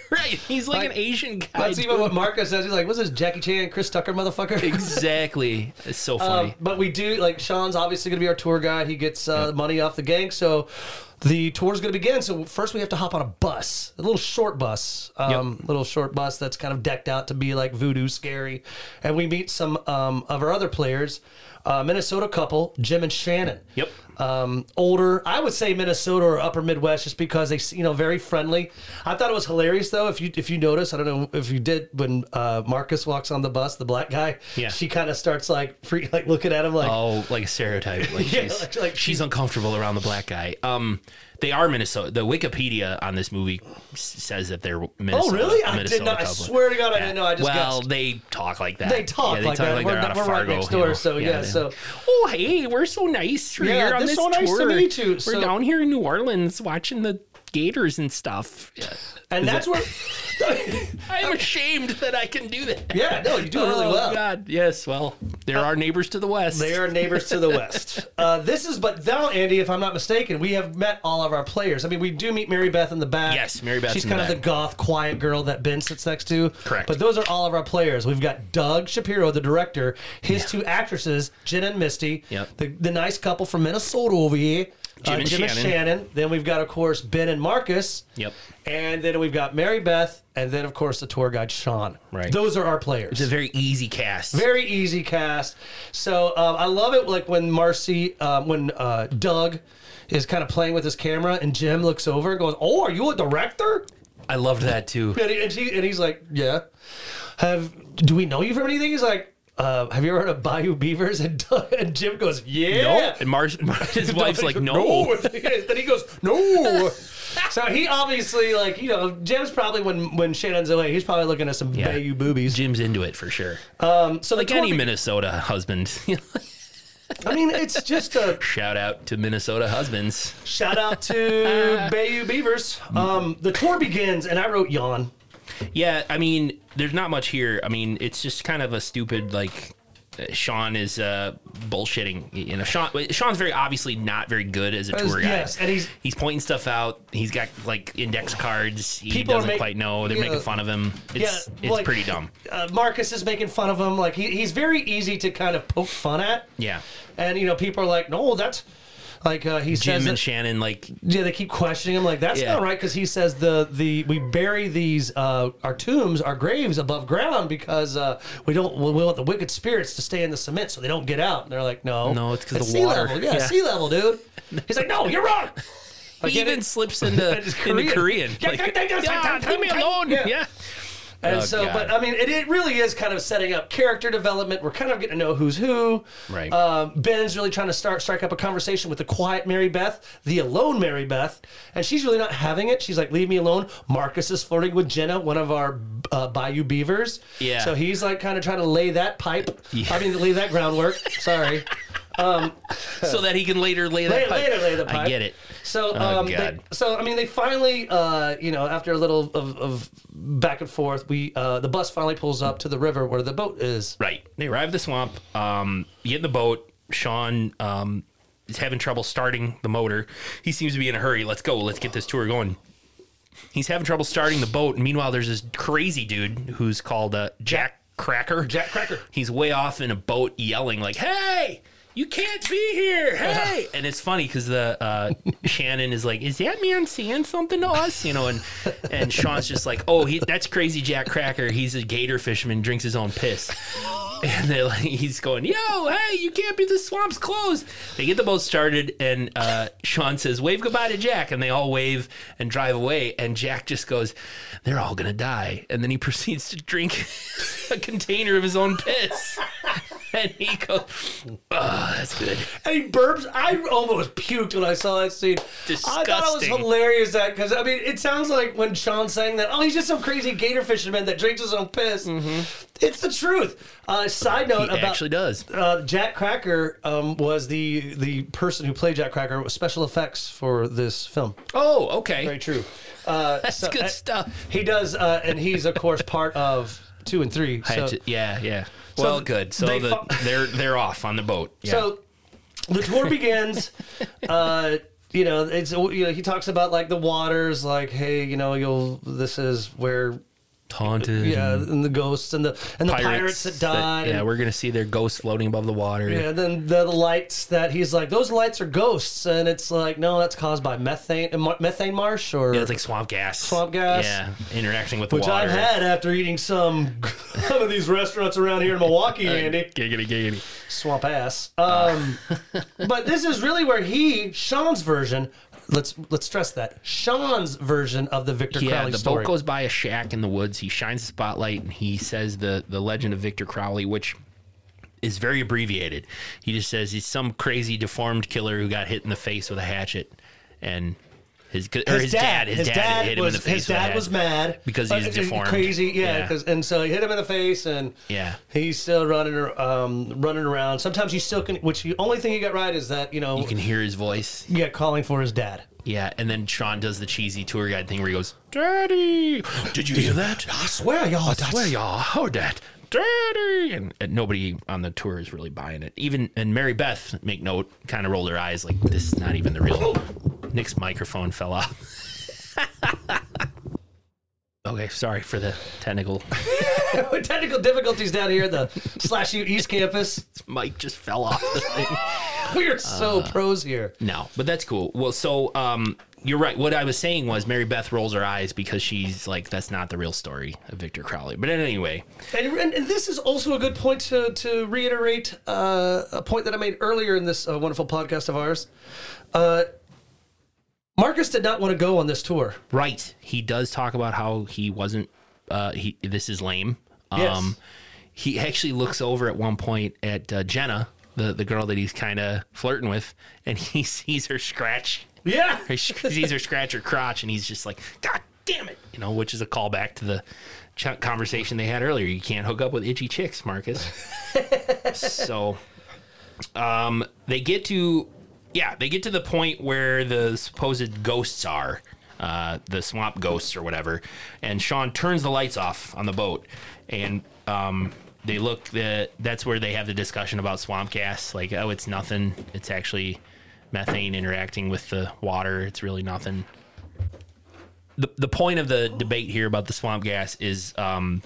Speaker 1: right. He's like,
Speaker 2: Like,
Speaker 1: an Asian guy.
Speaker 2: that's even
Speaker 1: dude.
Speaker 2: what Marco says. He's like, "What's this, Jackie Chan, Chris Tucker, motherfucker?"
Speaker 1: exactly. It's so funny.
Speaker 2: Um, but we do like Sean's obviously going to be our tour guide. He gets uh, money off the gang, so the tour's going to begin. So first we have to hop on a bus, a little short bus, um, little short bus that's kind of decked out to be like voodoo scary, and we meet some um, of our other players, uh, Minnesota couple Jim and Shannon.
Speaker 1: Yep.
Speaker 2: Um, older, I would say Minnesota or Upper Midwest, just because they, you know, very friendly. I thought it was hilarious though. If you if you notice, I don't know if you did when uh, Marcus walks on the bus, the black guy.
Speaker 1: Yeah.
Speaker 2: She kind of starts like free, like looking at him like
Speaker 1: Oh, like a stereotype. Like
Speaker 2: Yeah,
Speaker 1: she's,
Speaker 2: like- like
Speaker 1: she's uncomfortable around the black guy. Um, they are Minnesota. The Wikipedia on this movie s- says that they're Minnesota.
Speaker 2: Oh, really? I did
Speaker 1: Minnesota
Speaker 2: not- I
Speaker 1: couple.
Speaker 2: swear to God, I didn't know. I just
Speaker 1: well,
Speaker 2: guessed.
Speaker 1: they talk like that.
Speaker 2: They talk
Speaker 1: yeah, they
Speaker 2: like
Speaker 1: talk
Speaker 2: that.
Speaker 1: like
Speaker 2: We're
Speaker 1: they're
Speaker 2: not-
Speaker 1: out of
Speaker 2: we're right
Speaker 1: Fargo.
Speaker 2: next
Speaker 1: you
Speaker 2: door,
Speaker 1: know.
Speaker 2: so yeah,
Speaker 1: they-
Speaker 2: so-
Speaker 1: oh hey, we're so nice. You're
Speaker 2: Yeah,
Speaker 1: here on
Speaker 2: they're
Speaker 1: this
Speaker 2: so nice to
Speaker 1: tour.
Speaker 2: meet you.
Speaker 1: We're
Speaker 2: So-
Speaker 1: down here in New Orleans watching the Gators and stuff.
Speaker 2: and that's where
Speaker 1: I'm ashamed that I can do that.
Speaker 2: Yeah, no, you do it really
Speaker 1: oh,
Speaker 2: well. Uh,
Speaker 1: God, yes. Well, there are neighbors to the west.
Speaker 2: They are neighbors to the west. Uh, this is, but now, Andy, if I'm not mistaken, we have met all of our players. I mean, we do meet Mary Beth in the back.
Speaker 1: Yes, Mary Beth's
Speaker 2: She's
Speaker 1: in the
Speaker 2: kind of
Speaker 1: back.
Speaker 2: the goth, quiet girl that Ben sits next to.
Speaker 1: Correct.
Speaker 2: But those are all of our players. We've got Doug Shapiro, the director, his two actresses, Jen and Misty,
Speaker 1: Yep.
Speaker 2: the, the nice couple from Minnesota over here. Uh,
Speaker 1: Jim and Shannon.
Speaker 2: Shannon. Then we've got, of course, Ben and Marcus.
Speaker 1: Yep.
Speaker 2: And then we've got Mary Beth, and then of course the tour guide Sean.
Speaker 1: Right.
Speaker 2: Those are our players.
Speaker 1: It's a very easy cast.
Speaker 2: Very easy cast. So um, I love it. Like when Marcy, um, when uh, Doug is kind of playing with his camera, and Jim looks over and goes, "Oh, are you a director?"
Speaker 1: I loved that too.
Speaker 2: And, he, and, she, and he's like, "Yeah." Have do we know you from anything? He's like, uh, "Have you ever heard of Bayou Beavers?" And, Doug, and Jim goes, "Yeah."
Speaker 1: And Mars, his wife's like, no.
Speaker 2: then he goes, no. so he obviously, like, you know, Jim's probably when when Shannon's away, he's probably looking at some
Speaker 1: Yeah.
Speaker 2: Bayou boobies.
Speaker 1: Jim's into it for sure.
Speaker 2: Um, so
Speaker 1: like
Speaker 2: the
Speaker 1: any
Speaker 2: Corby-
Speaker 1: Minnesota husband.
Speaker 2: I mean, it's just a
Speaker 1: Shout out to Minnesota husbands.
Speaker 2: Shout out to Bayou Beavers. Um, the tour begins, and I wrote yawn.
Speaker 1: Yeah, I mean, there's not much here. I mean, it's just kind of a stupid like uh, Sean is uh, bullshitting. You know, Sean Sean's very obviously not very good as a
Speaker 2: As-
Speaker 1: tour guide.
Speaker 2: yes, and he's-
Speaker 1: he's pointing stuff out. He's got like index cards. He
Speaker 2: People are
Speaker 1: doesn't
Speaker 2: make-
Speaker 1: quite know. They're
Speaker 2: yeah.
Speaker 1: making fun of him. It's
Speaker 2: yeah,
Speaker 1: it's
Speaker 2: like,
Speaker 1: pretty dumb.
Speaker 2: Uh, Marcus is making fun of him. Like he, he's very easy to kind of poke fun at.
Speaker 1: Yeah.
Speaker 2: And you know, people are like, "No, that's like uh, he says."
Speaker 1: Jim and
Speaker 2: that-
Speaker 1: Shannon like
Speaker 2: yeah, they keep questioning him. Like that's
Speaker 1: Yeah.
Speaker 2: not right because he says the the we bury these uh, our tombs, our graves above ground because uh, we don't we want the wicked spirits to stay in the cement so they don't get out. And they're like, "No,
Speaker 1: No, it's 'cause
Speaker 2: It's
Speaker 1: the
Speaker 2: sea
Speaker 1: water."
Speaker 2: level. Yeah,
Speaker 1: Yeah.
Speaker 2: sea level, dude." He's like, "No, you're wrong." Like,
Speaker 1: he
Speaker 2: and
Speaker 1: even
Speaker 2: it-
Speaker 1: slips into
Speaker 2: It's
Speaker 1: into
Speaker 2: Korean.
Speaker 1: Korean.
Speaker 2: Yeah,
Speaker 1: Like,
Speaker 2: yeah, yeah, yeah,
Speaker 1: "Yeah,
Speaker 2: yeah,
Speaker 1: leave me
Speaker 2: yeah,
Speaker 1: alone.
Speaker 2: yeah.
Speaker 1: Yeah.
Speaker 2: And
Speaker 1: Oh,
Speaker 2: so,
Speaker 1: God.
Speaker 2: but I mean, it, it really is kind of setting up character development. We're kind of getting to know who's who.
Speaker 1: Right.
Speaker 2: Um, Ben's really trying to start strike up a conversation with the quiet Mary Beth, the alone Mary Beth, and she's really not having it. She's like, "Leave me alone." Marcus is flirting with Jenna, one of our uh, Bayou Beavers.
Speaker 1: Yeah.
Speaker 2: So he's like kind of trying to lay that pipe. I mean, lay that groundwork. Sorry.
Speaker 1: So that he can later lay that
Speaker 2: Later-
Speaker 1: pipe.
Speaker 2: later lay the
Speaker 1: I
Speaker 2: pipe.
Speaker 1: get it.
Speaker 2: So,
Speaker 1: Oh,
Speaker 2: um, they-
Speaker 1: God.
Speaker 2: so I mean, they finally, uh, you know, after a little of, of back and forth, we uh, the bus finally pulls up to the river where the boat is.
Speaker 1: Right. They arrive at the swamp. Um, you get in the boat. Sean um, is having trouble starting the motor. He seems to be in a hurry. Let's go. Let's get this tour going. He's having trouble starting the boat. And meanwhile, there's this crazy dude who's called uh, Jack Cracker.
Speaker 2: Jack Cracker.
Speaker 1: He's way off in a boat yelling, like, hey! You can't be here, hey! And it's funny because the uh, Shannon is like, "Is that man saying something to us?" You know, and and Sean's just like, "Oh, he, that's crazy, Jack Cracker. He's a gator fisherman, drinks his own piss." And they're like, he's going, "Yo, hey, you can't be. The swamp's closed." They get the boat started, and uh, Sean says, "Wave goodbye to Jack," and they all wave and drive away. And Jack just goes, "They're all gonna die," and then he proceeds to drink a container of his own piss. And he goes, oh, that's good.
Speaker 2: And he burps. I almost puked when I saw that scene. I thought it was
Speaker 1: Disgusting.
Speaker 2: hilarious that because I mean, it sounds like when Sean sang that, oh, he's just some crazy gator fisherman that drinks his own piss. It's the truth. Uh, side note
Speaker 1: Mm-hmm. He
Speaker 2: about
Speaker 1: actually does.
Speaker 2: uh, Jack Cracker um, was the the person who played Jack Cracker was special effects for this film.
Speaker 1: Oh, okay.
Speaker 2: Very true. Uh,
Speaker 1: That's
Speaker 2: so-
Speaker 1: good
Speaker 2: uh,
Speaker 1: stuff.
Speaker 2: He does, uh, and he's of course part of two and three.
Speaker 1: I had
Speaker 2: So,
Speaker 1: to- yeah, yeah.
Speaker 2: So
Speaker 1: well,
Speaker 2: th-
Speaker 1: good. So
Speaker 2: they
Speaker 1: the,
Speaker 2: fu-
Speaker 1: they're they're off on the boat. Yeah.
Speaker 2: so the tour begins. uh, you know, it's you know he talks about like the waters, like hey, you know, you'll this is where
Speaker 1: haunted.
Speaker 2: yeah, and the ghosts and the and the pirates, that died.
Speaker 1: Mm-hmm. yeah,
Speaker 2: and-
Speaker 1: we're gonna see their ghosts floating above the water.
Speaker 2: Yeah, and then the, the lights that he's like, those lights are ghosts, and it's like, no, that's caused by methane, uh, mar- methane marsh, or
Speaker 1: Yeah, it's like swamp gas.
Speaker 2: Swamp gas.
Speaker 1: Yeah, interacting with the
Speaker 2: which
Speaker 1: water.
Speaker 2: I've had after eating some some of these restaurants around here in Milwaukee, Andy.
Speaker 1: Giggity, giggity.
Speaker 2: Swamp ass. Um, but this is really where he Sean's version. Let's let's stress that Sean's version of the Victor
Speaker 1: Yeah,
Speaker 2: Crowley
Speaker 1: the
Speaker 2: story.
Speaker 1: boat goes by a shack in the woods. He shines a spotlight and he says the the legend of Victor Crowley, which is very abbreviated. He just says he's some crazy deformed killer who got hit in the face with a hatchet, and his or his, dad, his, dad, hit him
Speaker 2: was
Speaker 1: in the face.
Speaker 2: his
Speaker 1: with a
Speaker 2: dad was
Speaker 1: hatchet.
Speaker 2: mad
Speaker 1: Because
Speaker 2: Uh,
Speaker 1: he's
Speaker 2: uh,
Speaker 1: deformed.
Speaker 2: crazy, yeah.
Speaker 1: Yeah.
Speaker 2: 'cause- and so he hit him in the face, and
Speaker 1: Yeah.
Speaker 2: he's still running, ar- um, running around. Sometimes he still can. Which the only thing he got right is that you know,
Speaker 1: You can hear his voice.
Speaker 2: yeah, calling for his dad.
Speaker 1: Yeah, and then Sean does the cheesy tour guide thing where he goes, "Daddy, did you hear that?
Speaker 2: I swear, y'all,
Speaker 1: I swear y'all heard that. Daddy! And, and nobody on the tour is really buying it. Even and Mary Beth, make note, kind of rolled her eyes like this is not even the real. Nick's microphone fell off. okay, sorry for the technical.
Speaker 2: technical difficulties down here at the Slash U East Campus.
Speaker 1: Mic just fell off. The thing.
Speaker 2: We are so
Speaker 1: Uh,
Speaker 2: pros here.
Speaker 1: No, but that's cool. Well, so um, you're right. What I was saying was Mary Beth rolls her eyes because she's like, that's not the real story of Victor Crowley. But anyway,
Speaker 2: And, and, and this is also a good point to, to reiterate uh, a point that I made earlier in this uh, wonderful podcast of ours. Uh, Marcus did not want to go on this tour.
Speaker 1: Right. He does talk about how he wasn't. Uh, he this is lame. Um,
Speaker 2: Yes.
Speaker 1: He actually looks over at one point at uh, Jenna, the the girl that he's kind of flirting with, and he sees her scratch.
Speaker 2: Yeah.
Speaker 1: He sees her scratch her crotch, and he's just like, "God damn it!" You know, which is a callback to the ch- conversation they had earlier. You can't hook up with itchy chicks, Marcus. so um, they get to yeah they get to the point where the supposed ghosts are uh, the swamp ghosts or whatever and sean turns the lights off on the boat and um, they look the, that's where they have the discussion about swamp gas like oh it's nothing it's actually methane interacting with the water it's really nothing the, the point of the debate here about the swamp gas is um,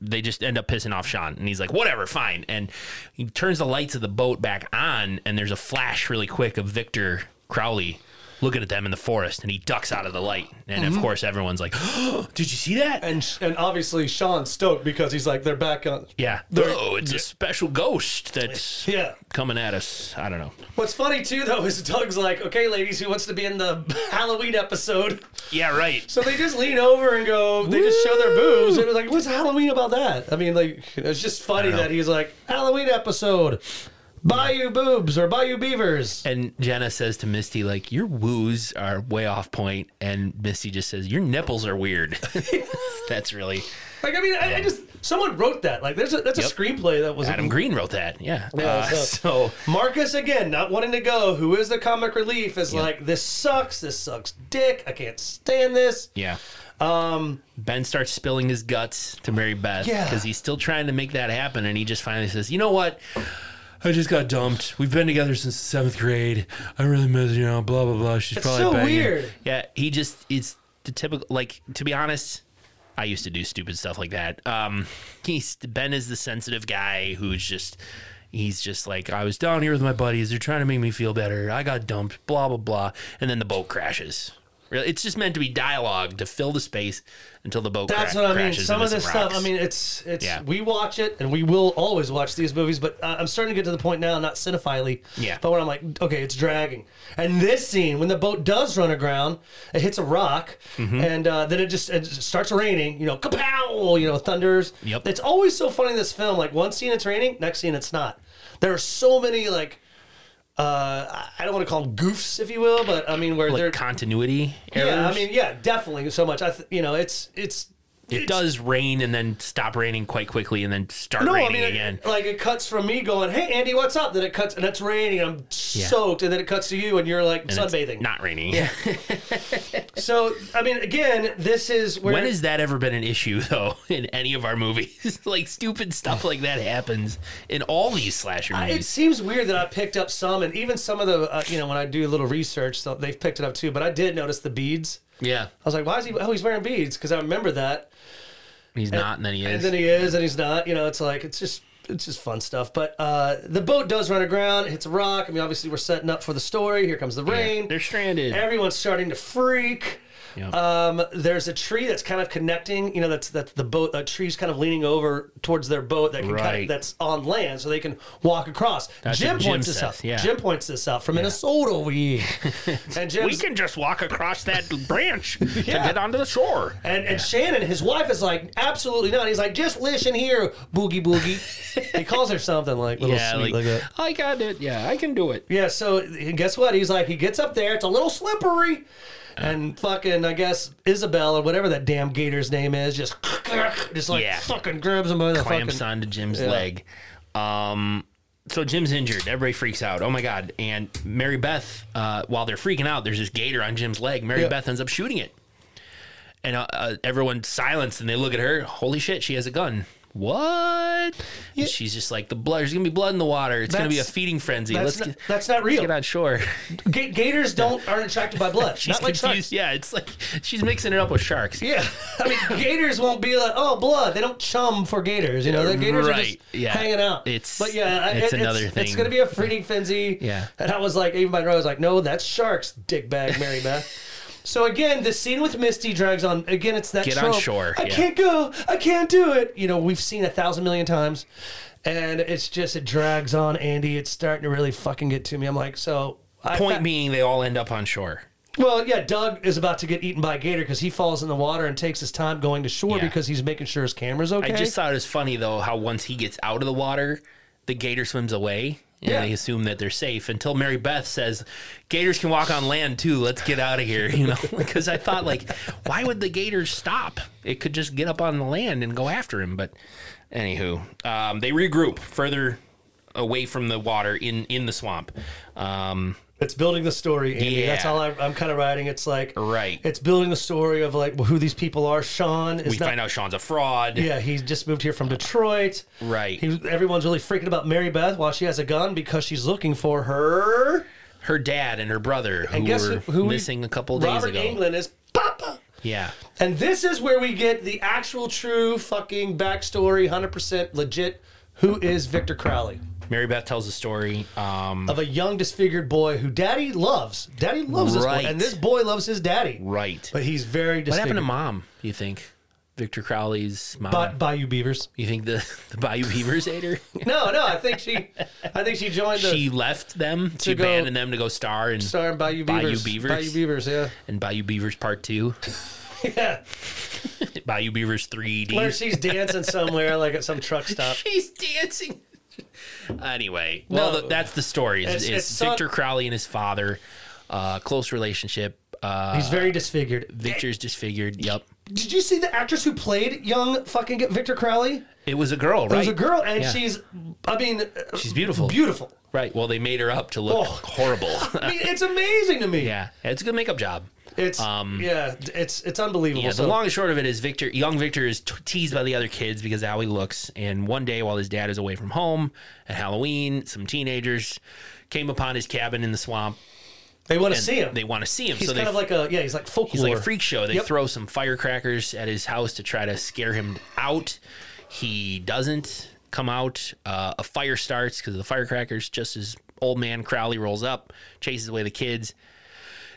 Speaker 1: they just end up pissing off Sean. And he's like, whatever, fine. And he turns the lights of the boat back on, and there's a flash really quick of Victor Crowley looking at them in the forest, and he ducks out of the light. And of course, everyone's like, did you see that?
Speaker 2: And, sh- and obviously Sean stoked because he's like, they're back on.
Speaker 1: yeah. Oh, it's a special ghost that's
Speaker 2: Yeah.
Speaker 1: coming at us. I don't know.
Speaker 2: What's funny too, though, is Doug's like, okay, ladies, who wants to be in the Halloween episode?
Speaker 1: Yeah, right.
Speaker 2: So they just lean over and go, they just show their boobs. And it was like, what's Halloween about that? I mean, like, it's just funny that he's like, Halloween episode, Bayou boobs or Bayou beavers.
Speaker 1: And Jenna says to Misty, like, your woos are way off point, And Misty just says, your nipples are weird. that's really.
Speaker 2: Like, I mean, I, I just someone wrote that. Like, there's a that's
Speaker 1: Yep.
Speaker 2: a screenplay that was
Speaker 1: Adam Green wrote that. Yeah.
Speaker 2: Yeah,
Speaker 1: Uh,
Speaker 2: so-
Speaker 1: so
Speaker 2: Marcus again, not wanting to go. Who is the comic relief? Is like, this sucks. This sucks, dick. I can't stand this.
Speaker 1: Yeah.
Speaker 2: Um,
Speaker 1: Ben starts spilling his guts to Mary Beth
Speaker 2: Yeah.
Speaker 1: because he's still trying to make that happen. And he just finally says, You know what? I just got dumped. We've been together since the seventh grade. I really miss, you know, blah, blah, blah. She's
Speaker 2: It's so weird.
Speaker 1: Yeah. He just, it's the typical, like, to be honest, I used to do stupid stuff like that. Um, he's, Ben is the sensitive guy who's just, he's just like, I was down here with my buddies. They're trying to make me feel better. I got dumped, blah, blah, blah. And then the boat crashes. Really, It's just meant to be dialogue to fill the space until the boat
Speaker 2: That's
Speaker 1: cra-
Speaker 2: what I mean.
Speaker 1: crashes
Speaker 2: Some
Speaker 1: into
Speaker 2: of this stuff. I
Speaker 1: rocks.
Speaker 2: mean, it's it's
Speaker 1: Yeah.
Speaker 2: we watch it and we will always watch these movies. But uh, I'm starting to get to the point now, not cinephily,
Speaker 1: Yeah.
Speaker 2: But when I'm like, okay, it's dragging. And this scene, when the boat does run aground, it hits a rock,
Speaker 1: Mm-hmm.
Speaker 2: and uh, then it just it just starts raining. You know, kapow! You know, thunders.
Speaker 1: Yep.
Speaker 2: It's always so funny in this film. Like one scene it's raining, next scene it's not. There are so many like. Uh, I- I don't want to call them goofs, if you will, but I mean where
Speaker 1: like
Speaker 2: they're
Speaker 1: continuity errors.
Speaker 2: yeah, I mean, yeah, definitely so much. I, th- you know, it's it's
Speaker 1: It does rain and then stop raining quite quickly and then start
Speaker 2: No, I
Speaker 1: raining
Speaker 2: mean, it-
Speaker 1: again.
Speaker 2: like it cuts from me going, "Hey, Andy, what's up?" Then it cuts, and it's raining. and I'm soaked, and then it cuts to you, and you're like
Speaker 1: And it's
Speaker 2: sunbathing.
Speaker 1: Not raining.
Speaker 2: So, I mean, again, this is where
Speaker 1: When has that ever been an issue though in any of our movies? like stupid stuff like that happens in all these slasher
Speaker 2: it
Speaker 1: movies.
Speaker 2: seems weird that I picked up some, and even some of the, uh, you know, when I do a little research, so they've picked it up too. But I did notice the beads.
Speaker 1: yeah.
Speaker 2: I was like, "Why is he? Oh, he's wearing beads," because I remember that.
Speaker 1: He's not and then he is.
Speaker 2: And then he is, and he's not. You know, it's like it's just it's just fun stuff. But uh, the boat does run aground, hits a rock. I mean, obviously, we're setting up for the story. Here comes the rain.
Speaker 1: They're stranded. Uh,
Speaker 2: Everyone's starting to freak.
Speaker 1: Yep.
Speaker 2: Um, there's a tree that's kind of connecting. You know, that's that's the boat. A tree's kind of leaning over towards their boat that can kind
Speaker 1: Right.
Speaker 2: of, that's on land, so they can walk across. Jim
Speaker 1: what Jim
Speaker 2: points this
Speaker 1: says,
Speaker 2: out.
Speaker 1: yeah.
Speaker 2: Jim points this out from Minnesota. We and Jim
Speaker 3: We can just walk across that branch to get onto the shore.
Speaker 2: and, and Shannon, his wife, is like absolutely not. He's like, just listen here, boogie boogie. he calls her something like little
Speaker 1: yeah,
Speaker 2: sweet
Speaker 1: like,
Speaker 2: like that.
Speaker 1: I got it. Yeah, I can do it.
Speaker 2: Yeah, so and guess what? He's like, he gets up there. It's a little slippery. And fucking, I guess, Isabel or whatever that damn gator's name is, just, just like
Speaker 1: Yeah.
Speaker 2: fucking grabs him by the
Speaker 1: clamps
Speaker 2: fucking.
Speaker 1: onto Jim's leg. Um, so Jim's injured. Everybody freaks out. Oh my god! And Mary Beth, uh, while they're freaking out, there's this gator on Jim's leg. Mary
Speaker 2: Yeah.
Speaker 1: Beth ends up shooting it, and uh, uh, everyone's silenced. And they look at her. Holy shit! She has a gun. What? And she's just like the blood. There's gonna be blood in the water. It's gonna be a
Speaker 2: That's-
Speaker 1: feeding frenzy. Let's
Speaker 2: That's, not,
Speaker 1: get,
Speaker 2: that's not real.
Speaker 1: get on shore.
Speaker 2: Ga- gators don't aren't attracted by blood.
Speaker 1: She's
Speaker 2: not like
Speaker 1: confused.
Speaker 2: sharks.
Speaker 1: yeah, it's like she's mixing it up with sharks.
Speaker 2: Yeah, I mean, gators won't be like, oh, blood. They don't chum for gators. You know, the gators are
Speaker 1: Right,
Speaker 2: just
Speaker 1: yeah.
Speaker 2: hanging out.
Speaker 1: It's-
Speaker 2: but yeah, I-
Speaker 1: it's another
Speaker 2: it's, It's
Speaker 1: thing.
Speaker 2: gonna be a freaking frenzy.
Speaker 1: Yeah.
Speaker 2: and I was like, even by I was like, no, that's sharks, dickbag Mary Beth. So again, the scene with Misty drags on. Again, it's that
Speaker 1: Get on
Speaker 2: trope.
Speaker 1: shore,
Speaker 2: I
Speaker 1: yeah.
Speaker 2: can't go. I can't do it. You know, we've seen a thousand million times, and it's just it drags on. Andy, it's starting to really fucking get to me. I'm like, so I
Speaker 1: Point
Speaker 2: fa-
Speaker 1: being, they all end up on shore.
Speaker 2: well, yeah, Doug is about to get eaten by a gator because he falls in the water and takes his time going to shore
Speaker 1: Yeah.
Speaker 2: because he's making sure his camera's okay.
Speaker 1: I just thought it was funny though how once he gets out of the water, the gator swims away, and
Speaker 2: Yeah.
Speaker 1: they assume that they're safe until Mary Beth says, "Gators can walk on land too. Let's get out of here." You know, because I thought like, why would the gators stop? It could just get up on the land and go after him. But anywho, um, they regroup further away from the water in in the swamp. Um,
Speaker 2: it's building the story, Andy.
Speaker 1: Yeah.
Speaker 2: That's all I, I'm kind of writing. It's like
Speaker 1: Right.
Speaker 2: It's building the story of like who these people are. Sean is
Speaker 1: we
Speaker 2: not.
Speaker 1: find out Sean's a fraud.
Speaker 2: yeah, he just moved here from Detroit.
Speaker 1: Right.
Speaker 2: He, everyone's really freaking about Mary Beth while she has a gun because she's looking for her.
Speaker 1: Her dad and her brother, who
Speaker 2: guess
Speaker 1: were
Speaker 2: who- who we-
Speaker 1: missing a couple days
Speaker 2: Robert
Speaker 1: ago.
Speaker 2: England is Papa.
Speaker 1: Yeah.
Speaker 2: And this is where we get the actual, true fucking backstory, 100% legit. Who is Victor Crowley?
Speaker 1: Mary Beth tells the story. Um,
Speaker 2: of a young disfigured boy who daddy loves. Daddy loves this
Speaker 1: Right.
Speaker 2: boy, and this boy loves his daddy.
Speaker 1: Right.
Speaker 2: But he's very
Speaker 1: What
Speaker 2: disfigured.
Speaker 1: happened to mom? Do you think Victor Crowley's mom?
Speaker 2: Ba- Bayou Beavers?
Speaker 1: you think the, the Bayou Beavers ate her?
Speaker 2: No, no. I think she, I think she joined the
Speaker 1: she left them. She
Speaker 2: go-
Speaker 1: abandoned them to go star and
Speaker 2: star in Bayou
Speaker 1: Bayou
Speaker 2: Beavers.
Speaker 1: Beavers?
Speaker 2: Bayou Beavers. Yeah,
Speaker 1: and Bayou Beavers Part Two,
Speaker 2: yeah.
Speaker 1: Bayou Beavers Three
Speaker 2: Where
Speaker 1: D.
Speaker 2: she's dancing somewhere, like at some truck stop.
Speaker 1: She's dancing. Anyway, well,
Speaker 2: Well,
Speaker 1: th- that's the story. Is,
Speaker 2: it's-
Speaker 1: is
Speaker 2: it's so-
Speaker 1: Victor Crowley and his father, uh, close relationship. Uh,
Speaker 2: He's very disfigured.
Speaker 1: Victor's disfigured. Yep,
Speaker 2: Did you see the actress who played young fucking Victor Crowley?
Speaker 1: it was a girl, right?
Speaker 2: It was a girl, and
Speaker 1: Yeah.
Speaker 2: she's, I mean, uh,
Speaker 1: She's beautiful.
Speaker 2: beautiful.
Speaker 1: right. Well, they made her up to look
Speaker 2: Oh.
Speaker 1: horrible.
Speaker 2: I mean, it's amazing to me.
Speaker 1: yeah, it's a good makeup job.
Speaker 2: It's yeah, it's it's unbelievable.
Speaker 1: Yeah,
Speaker 2: So-
Speaker 1: the long and short of it is Victor, young Victor, is t- teased by the other kids because of how he looks. And one day, while his dad is away from home at Halloween, some teenagers came upon his cabin in the swamp.
Speaker 2: they want to see him.
Speaker 1: They want to see him,
Speaker 2: He's
Speaker 1: so they
Speaker 2: kind of like a yeah. He's like folklore.
Speaker 1: he's like a freak show. They
Speaker 2: Yep.
Speaker 1: throw some firecrackers at his house to try to scare him out. He doesn't come out. Uh, a fire starts because of the firecrackers. Just as old man Crowley rolls up, chases away the kids,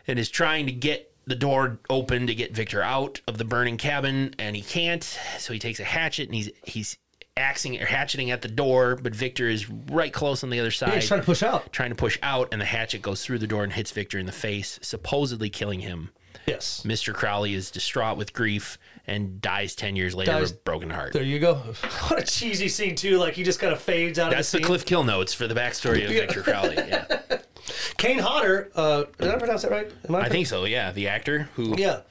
Speaker 1: and is trying to get the door open to get Victor out of the burning cabin, and he can't. So he takes a hatchet and he's he's axing or hatcheting at the door, but Victor is right close on the other side
Speaker 2: Yeah, he's trying to push out.
Speaker 1: trying to push out, and the hatchet goes through the door and hits Victor in the face, supposedly killing him.
Speaker 2: Yes.
Speaker 1: Mr. Crowley is distraught with grief and dies 10 years later
Speaker 2: Dies-
Speaker 1: of a broken heart.
Speaker 2: There you go. What a cheesy scene too. Like he just kind of fades out
Speaker 1: That's
Speaker 2: of
Speaker 1: the
Speaker 2: the scene.
Speaker 1: Cliff Kill notes for the backstory of Victor Crowley. Yeah.
Speaker 2: Kane Hodder. Uh, did I pronounce that right? Am
Speaker 1: I think so, yeah. The actor who
Speaker 2: Yeah.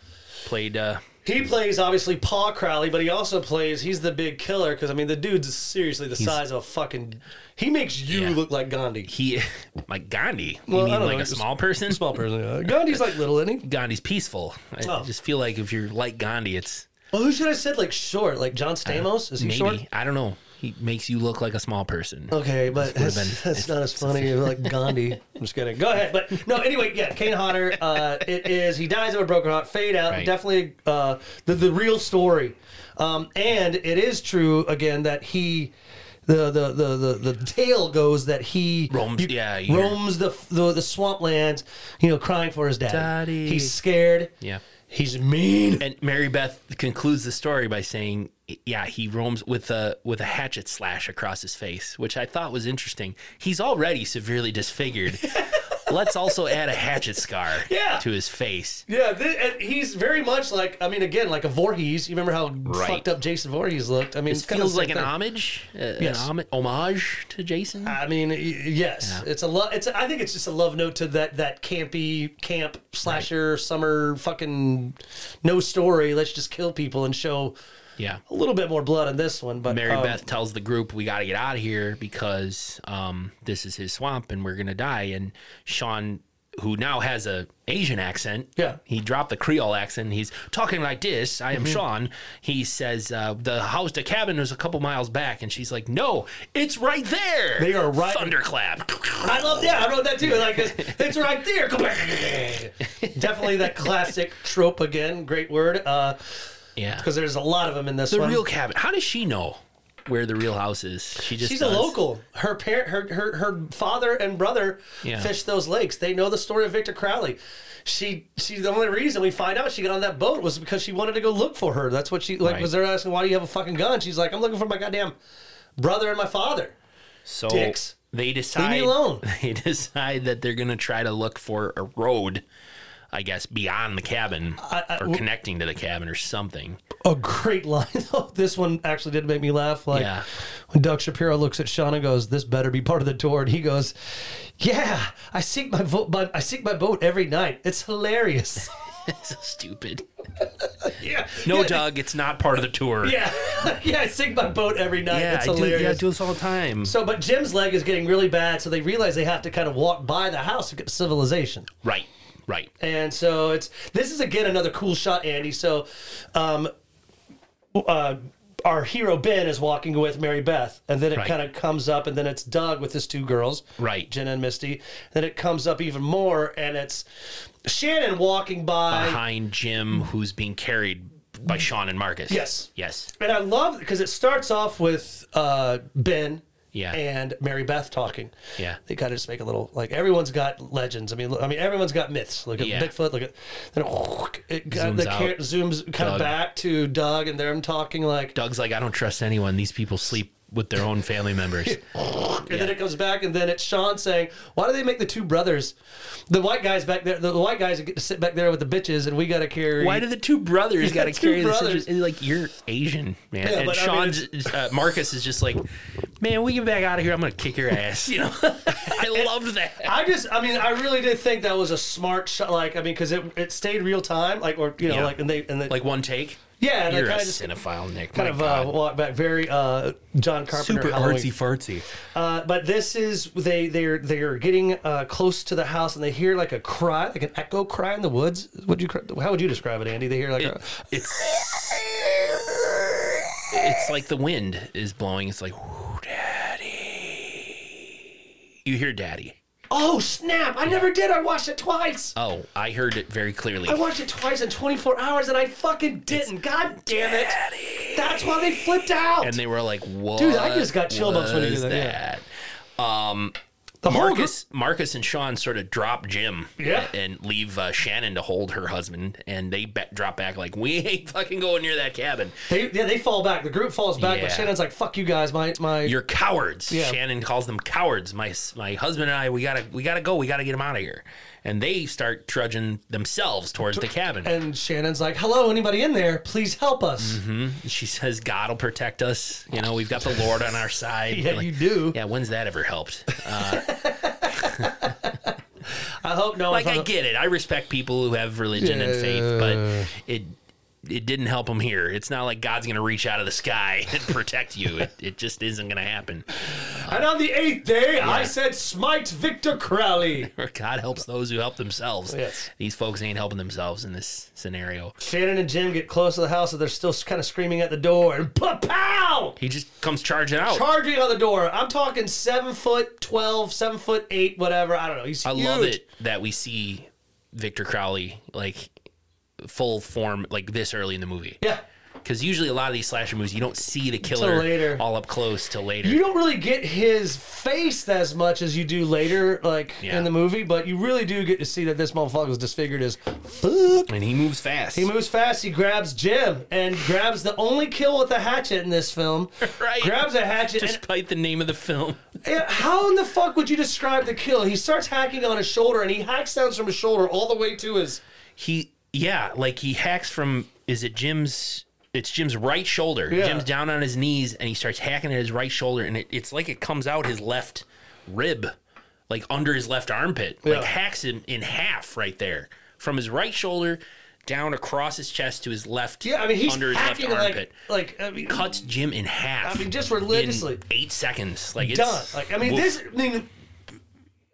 Speaker 1: played uh,
Speaker 2: He plays obviously Paul Crowley, but he also plays he's the big killer because I mean the dude's seriously the size of a fucking. He makes you
Speaker 1: Yeah.
Speaker 2: look like Gandhi.
Speaker 1: He like Gandhi.
Speaker 2: Well, I
Speaker 1: you mean
Speaker 2: don't
Speaker 1: like
Speaker 2: know,
Speaker 1: a
Speaker 2: just-
Speaker 1: small person?
Speaker 2: Small person. yeah. Gandhi's like little, isn't he?
Speaker 1: Gandhi's peaceful. I
Speaker 2: Oh.
Speaker 1: just feel like if you're like Gandhi, it's
Speaker 2: Well, who should I said like short? Like John Stamos? Is he
Speaker 1: Uh, maybe
Speaker 2: short? Oh.
Speaker 1: I don't know. He makes you look like a small person.
Speaker 2: Okay, but
Speaker 1: would've
Speaker 2: that's,
Speaker 1: been-
Speaker 2: that's not as funny as like Gandhi. I'm just kidding. Go ahead. But no, anyway, yeah, Kane Hodder. Uh, it is he dies of a broken heart. Fade out.
Speaker 1: Right.
Speaker 2: Definitely uh, the the real story. Um, and it is true again that he. The, the, the, the, the tale goes that he
Speaker 1: Roams-
Speaker 2: you-
Speaker 1: yeah, you hear-
Speaker 2: roams the, the the swamplands, you know, crying for his daddy.
Speaker 1: Daddy.
Speaker 2: He's scared.
Speaker 1: Yeah.
Speaker 2: He's mean.
Speaker 1: And Mary Beth concludes the story by saying, "Yeah, he roams with a with a hatchet slash across his face, which I thought was interesting. He's already severely disfigured. Let's also add a hatchet scar
Speaker 2: Yeah.
Speaker 1: to his face.
Speaker 2: Yeah, th- and he's very much like I mean, again, like a Voorhees. You remember how fucked up Jason Voorhees looked? I mean,
Speaker 1: It
Speaker 2: it's kinda
Speaker 1: feels
Speaker 2: the
Speaker 1: like
Speaker 2: same
Speaker 1: an
Speaker 2: thing.
Speaker 1: homage, uh,
Speaker 2: Yes. Uh,
Speaker 1: an homi- homage to Jason.
Speaker 2: I mean, y- yes, it's a love. It's I think it's just a love note to that that campy camp slasher summer fucking no story. Let's just kill people and show
Speaker 1: yeah,
Speaker 2: a little bit more blood on this one. But
Speaker 1: Mary
Speaker 2: um,
Speaker 1: Beth tells the group, "We got to get out of here because um, this is his swamp, and we're gonna die." And Sean, who now has a Asian accent,
Speaker 2: Yeah. Mm-hmm.
Speaker 1: he dropped the Creole accent. He's talking like this. I am Sean. He says, uh, "The house, the cabin is a couple miles back," and she's like, "No, it's right there."
Speaker 2: They are right-
Speaker 1: Thunderclap.
Speaker 2: I love that. I wrote that too. Like it's, it's right there. Definitely that classic trope again. Great word. Uh,
Speaker 1: yeah,
Speaker 2: because there's a lot of them in this
Speaker 1: the
Speaker 2: one.
Speaker 1: real cabin. How does she know where the real house is? She just
Speaker 2: She's
Speaker 1: does.
Speaker 2: a local. Her parent, her her, her father and brother
Speaker 1: Yeah.
Speaker 2: fished those lakes. They know the story of Victor Crowley. She she the only reason we find out she got on that boat was because she wanted to go look for her. That's what she like
Speaker 1: Right.
Speaker 2: was there asking why do you have a fucking gun? She's like I'm looking for my goddamn brother and my father.
Speaker 1: So
Speaker 2: Dicks.
Speaker 1: they decide
Speaker 2: alone.
Speaker 1: They decide that they're gonna try to look for a road, I guess, beyond the cabin
Speaker 2: I-
Speaker 1: or connecting to the cabin or something.
Speaker 2: A great line though. This one actually did make me laugh. Like
Speaker 1: Yeah.
Speaker 2: when Doug Shapiro looks at Sean and goes, "This better be part of the tour," and he goes, "Yeah, I seek my vote, but I seek my boat every night. It's hilarious."
Speaker 1: so stupid.
Speaker 2: yeah.
Speaker 1: No,
Speaker 2: Yeah.
Speaker 1: Doug, it's not part of the tour.
Speaker 2: Yeah, yeah, I sink my boat every night.
Speaker 1: yeah,
Speaker 2: it's
Speaker 1: I do,
Speaker 2: hilarious.
Speaker 1: yeah, I do this all the time.
Speaker 2: So, but Jim's leg is getting really bad, so they realize they have to kind of walk by the house to get to civilization.
Speaker 1: right, right.
Speaker 2: And so it's this is again another cool shot, Andy. So, um, uh, our hero Ben is walking with Mary Beth, and then it
Speaker 1: Right.
Speaker 2: kind of comes up, and then it's Doug with his two girls,
Speaker 1: Right.
Speaker 2: Jen and Misty. Then it comes up even more, and it's Shannon walking by.
Speaker 1: Behind Jim, who's being carried by Sean and Marcus.
Speaker 2: Yes.
Speaker 1: yes.
Speaker 2: And I love because it starts off with uh, Ben
Speaker 1: Yeah.
Speaker 2: and Mary Beth talking.
Speaker 1: Yeah.
Speaker 2: They kind of just make a little like everyone's got legends. I mean, look- I mean everyone's got myths. Look at
Speaker 1: Yeah.
Speaker 2: Bigfoot. Look at then it, it kind
Speaker 1: Zooms
Speaker 2: of- the
Speaker 1: out.
Speaker 2: car- zooms kind
Speaker 1: Doug.
Speaker 2: of back to Doug and them talking like,
Speaker 1: Doug's like, I don't trust anyone. These people sleep with their own family members.
Speaker 2: and then it comes back and then it's Sean saying, "Why do they make the two brothers, the white guys back there, the white guys get to sit back there with the bitches, and we got to carry?"
Speaker 1: Why do the two brothers got to
Speaker 2: two
Speaker 1: carry this?
Speaker 2: brothers.
Speaker 1: It's Like you're Asian, man.
Speaker 2: Yeah,
Speaker 1: and
Speaker 2: but I mean,
Speaker 1: Sean's uh, Marcus is just like, man, we get back out of here. I'm gonna kick your ass. You know, I loved that.
Speaker 2: I just, I mean, I really did think that was a smart shot. Like, I mean, because it, it stayed real time, like, or you know,
Speaker 1: Yeah.
Speaker 2: like, and they, and they,
Speaker 1: Like one take.
Speaker 2: yeah, and they
Speaker 1: You're a
Speaker 2: kind of just
Speaker 1: cinephile, Nick.
Speaker 2: kind
Speaker 1: My
Speaker 2: of uh,
Speaker 1: God.
Speaker 2: walked back, very uh, John Carpenter, Halloween.
Speaker 1: fartsy.
Speaker 2: Uh, but this is they, they're, they're getting uh, close to the house, and they hear like a cry, like an echo cry in the woods. Would you, cr- how would you describe it, Andy? They hear like, a,
Speaker 1: It's it's like the wind is blowing. It's like, "Ooh, daddy. You hear daddy.
Speaker 2: oh snap! I never did. I watched it twice.
Speaker 1: Oh, I heard it very clearly.
Speaker 2: I watched it twice in 24 hours, and I fucking didn't. God damn it! That's why they flipped out.
Speaker 1: and they were like, "What?"
Speaker 2: I just got chill bumps when you do
Speaker 1: was
Speaker 2: that,
Speaker 1: that?
Speaker 2: yeah.
Speaker 1: Um,
Speaker 2: The whole
Speaker 1: Marcus, Marcus, and Sean sort of drop Jim,
Speaker 2: Yeah.
Speaker 1: and leave uh, Shannon to hold her husband, and they ba drop back like, "We ain't fucking going near that cabin.
Speaker 2: They yeah, they fall back. The group falls back,
Speaker 1: Yeah.
Speaker 2: but Shannon's like, "Fuck you guys, my my."
Speaker 1: You're cowards."
Speaker 2: Yeah.
Speaker 1: Shannon calls them cowards. My my husband and I, we gotta we gotta go. We gotta get him out of here. And they start trudging themselves towards the cabin.
Speaker 2: and Shannon's like, "Hello, anybody in there? Please help us."
Speaker 1: And she says, "God will protect us. You know, we've got the Lord on our side."
Speaker 2: Yeah,
Speaker 1: Like,
Speaker 2: you do.
Speaker 1: Yeah, when's that ever helped?
Speaker 2: I hope no.
Speaker 1: like
Speaker 2: if
Speaker 1: I
Speaker 2: I'm-
Speaker 1: get it. I respect people who have religion and faith, but it it didn't help him here. It's not like God's going to reach out of the sky and protect you. It, it just isn't going to happen.
Speaker 2: And on the eighth day, I said, "Smite Victor Crowley."
Speaker 1: Or God helps those who help themselves.
Speaker 2: Yes.
Speaker 1: These folks ain't helping themselves in this scenario.
Speaker 2: Shannon and Jim get close to the house, and they're still kind of screaming at the door. And pow!
Speaker 1: He just comes charging out.
Speaker 2: Charging on the door. I'm talking seven foot twelve, seven foot eight, whatever. I don't know. He's
Speaker 1: I
Speaker 2: huge.
Speaker 1: love it that we see Victor Crowley like full form like this early in the movie.
Speaker 2: Yeah.
Speaker 1: Because usually a lot of these slasher movies, you don't see the killer
Speaker 2: Till later.
Speaker 1: all up close till later.
Speaker 2: You don't really get his face as much as you do later, like
Speaker 1: Yeah.
Speaker 2: in the movie, but you really do get to see that this motherfucker was disfigured as fuck.
Speaker 1: and he moves fast.
Speaker 2: He moves fast. He grabs Jim and grabs the only kill with a hatchet in this film.
Speaker 1: Right.
Speaker 2: Grabs a hatchet. and-
Speaker 1: Despite the name of the film,
Speaker 2: and Eh, how in the fuck would you describe the kill? He starts hacking on his shoulder and he hacks down from his shoulder all the way to his.
Speaker 1: he yeah, like he hacks from is it Jim's? It's Jim's right shoulder.
Speaker 2: Yeah.
Speaker 1: Jim's down on his knees and he starts hacking at his right shoulder, and it, it's like it comes out his left rib, like under his left armpit,
Speaker 2: Yeah.
Speaker 1: like hacks him in half right there from his right shoulder down across his chest to his left.
Speaker 2: Yeah, I mean, he's
Speaker 1: under his left
Speaker 2: hacking
Speaker 1: armpit.
Speaker 2: like, like I mean,
Speaker 1: Cuts Jim in half.
Speaker 2: I mean, just
Speaker 1: in
Speaker 2: religiously.
Speaker 1: eight seconds. Like it's
Speaker 2: done. Like I mean,
Speaker 1: Woof.
Speaker 2: this. I mean,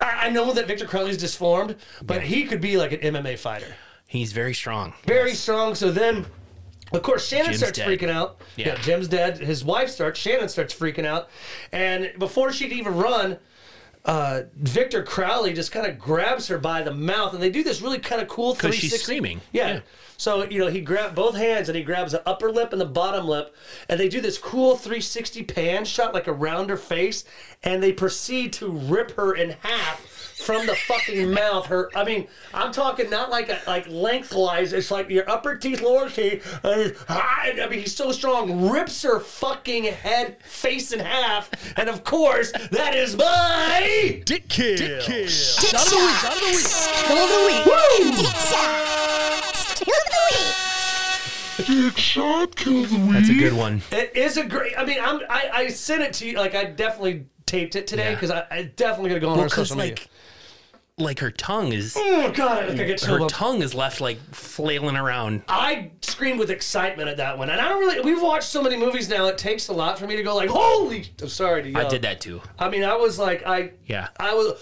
Speaker 2: I, I know that Victor Crowley's disformed, but he could be like an MMA fighter.
Speaker 1: He's very strong.
Speaker 2: very strong. So then, of course, Shannon
Speaker 1: Jim's
Speaker 2: starts
Speaker 1: dead.
Speaker 2: freaking out. Yeah.
Speaker 1: Yeah.
Speaker 2: Jim's dead. His wife starts. Shannon starts freaking out, and before she'd even run. Uh, Victor Crowley just kind of grabs her by the mouth, and they do this really kind of cool. Because
Speaker 1: she's screaming.
Speaker 2: Yeah.
Speaker 1: Yeah.
Speaker 2: So you know he grabbed both hands, and he grabs the upper lip and the bottom lip, and they do this cool 360 pan shot like around her face, and they proceed to rip her in half from the fucking mouth. Her, I mean, I'm talking not like a, like lengthwise. It's like your upper teeth, lower teeth. and it's- ah, and, I mean, he's so strong, rips her fucking head face in half, and of course that is my
Speaker 1: Dick kill.
Speaker 4: Not of the week, not of the week. Skill of the week. Dick shot. Skill of the week.
Speaker 1: That's a good one.
Speaker 2: It is a great. I mean, I'm. I, I sent it to you. Like I definitely taped it today
Speaker 1: Yeah.
Speaker 2: because I, I definitely gonna go on our
Speaker 1: because
Speaker 2: social
Speaker 1: like
Speaker 2: media.
Speaker 1: like her tongue is
Speaker 2: Oh god, I think I get
Speaker 1: her
Speaker 2: chilled up.
Speaker 1: tongue is left like flailing around
Speaker 2: I screamed with excitement at that one, and I don't really. We've watched so many movies now. It takes a lot for me to go like, holy. I'm sorry to yell.
Speaker 1: i did that too
Speaker 2: I mean, I was like, I.
Speaker 1: Yeah.
Speaker 2: I was.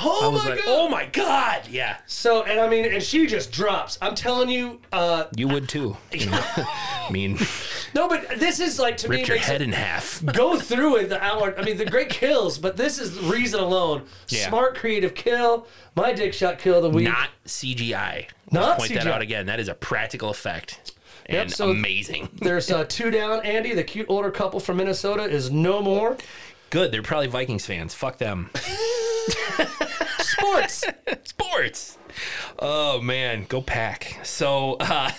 Speaker 2: Oh
Speaker 1: i was
Speaker 2: my
Speaker 1: like
Speaker 2: god.
Speaker 1: oh my god yeah
Speaker 2: So and I mean, and she just drops. I'm telling you. uh
Speaker 1: you would too you know? i mean
Speaker 2: No, but this is like to me.
Speaker 1: rip your
Speaker 2: makes it-
Speaker 1: head in half
Speaker 2: go through it the hour. I mean, the great kills, but this is reason alone.
Speaker 1: Yeah.
Speaker 2: Smart, creative kill. My dick shot kill of the week.
Speaker 1: not cgi
Speaker 2: Not
Speaker 1: point that
Speaker 2: CGI.
Speaker 1: out again that is a practical effect
Speaker 2: Yep,
Speaker 1: and
Speaker 2: so-
Speaker 1: amazing
Speaker 2: There's uh, two down. Andy, the cute older couple from Minnesota, is no more.
Speaker 1: good they're probably vikings fans fuck them
Speaker 2: Sports.
Speaker 1: sports. Oh man, go pack. So, uh,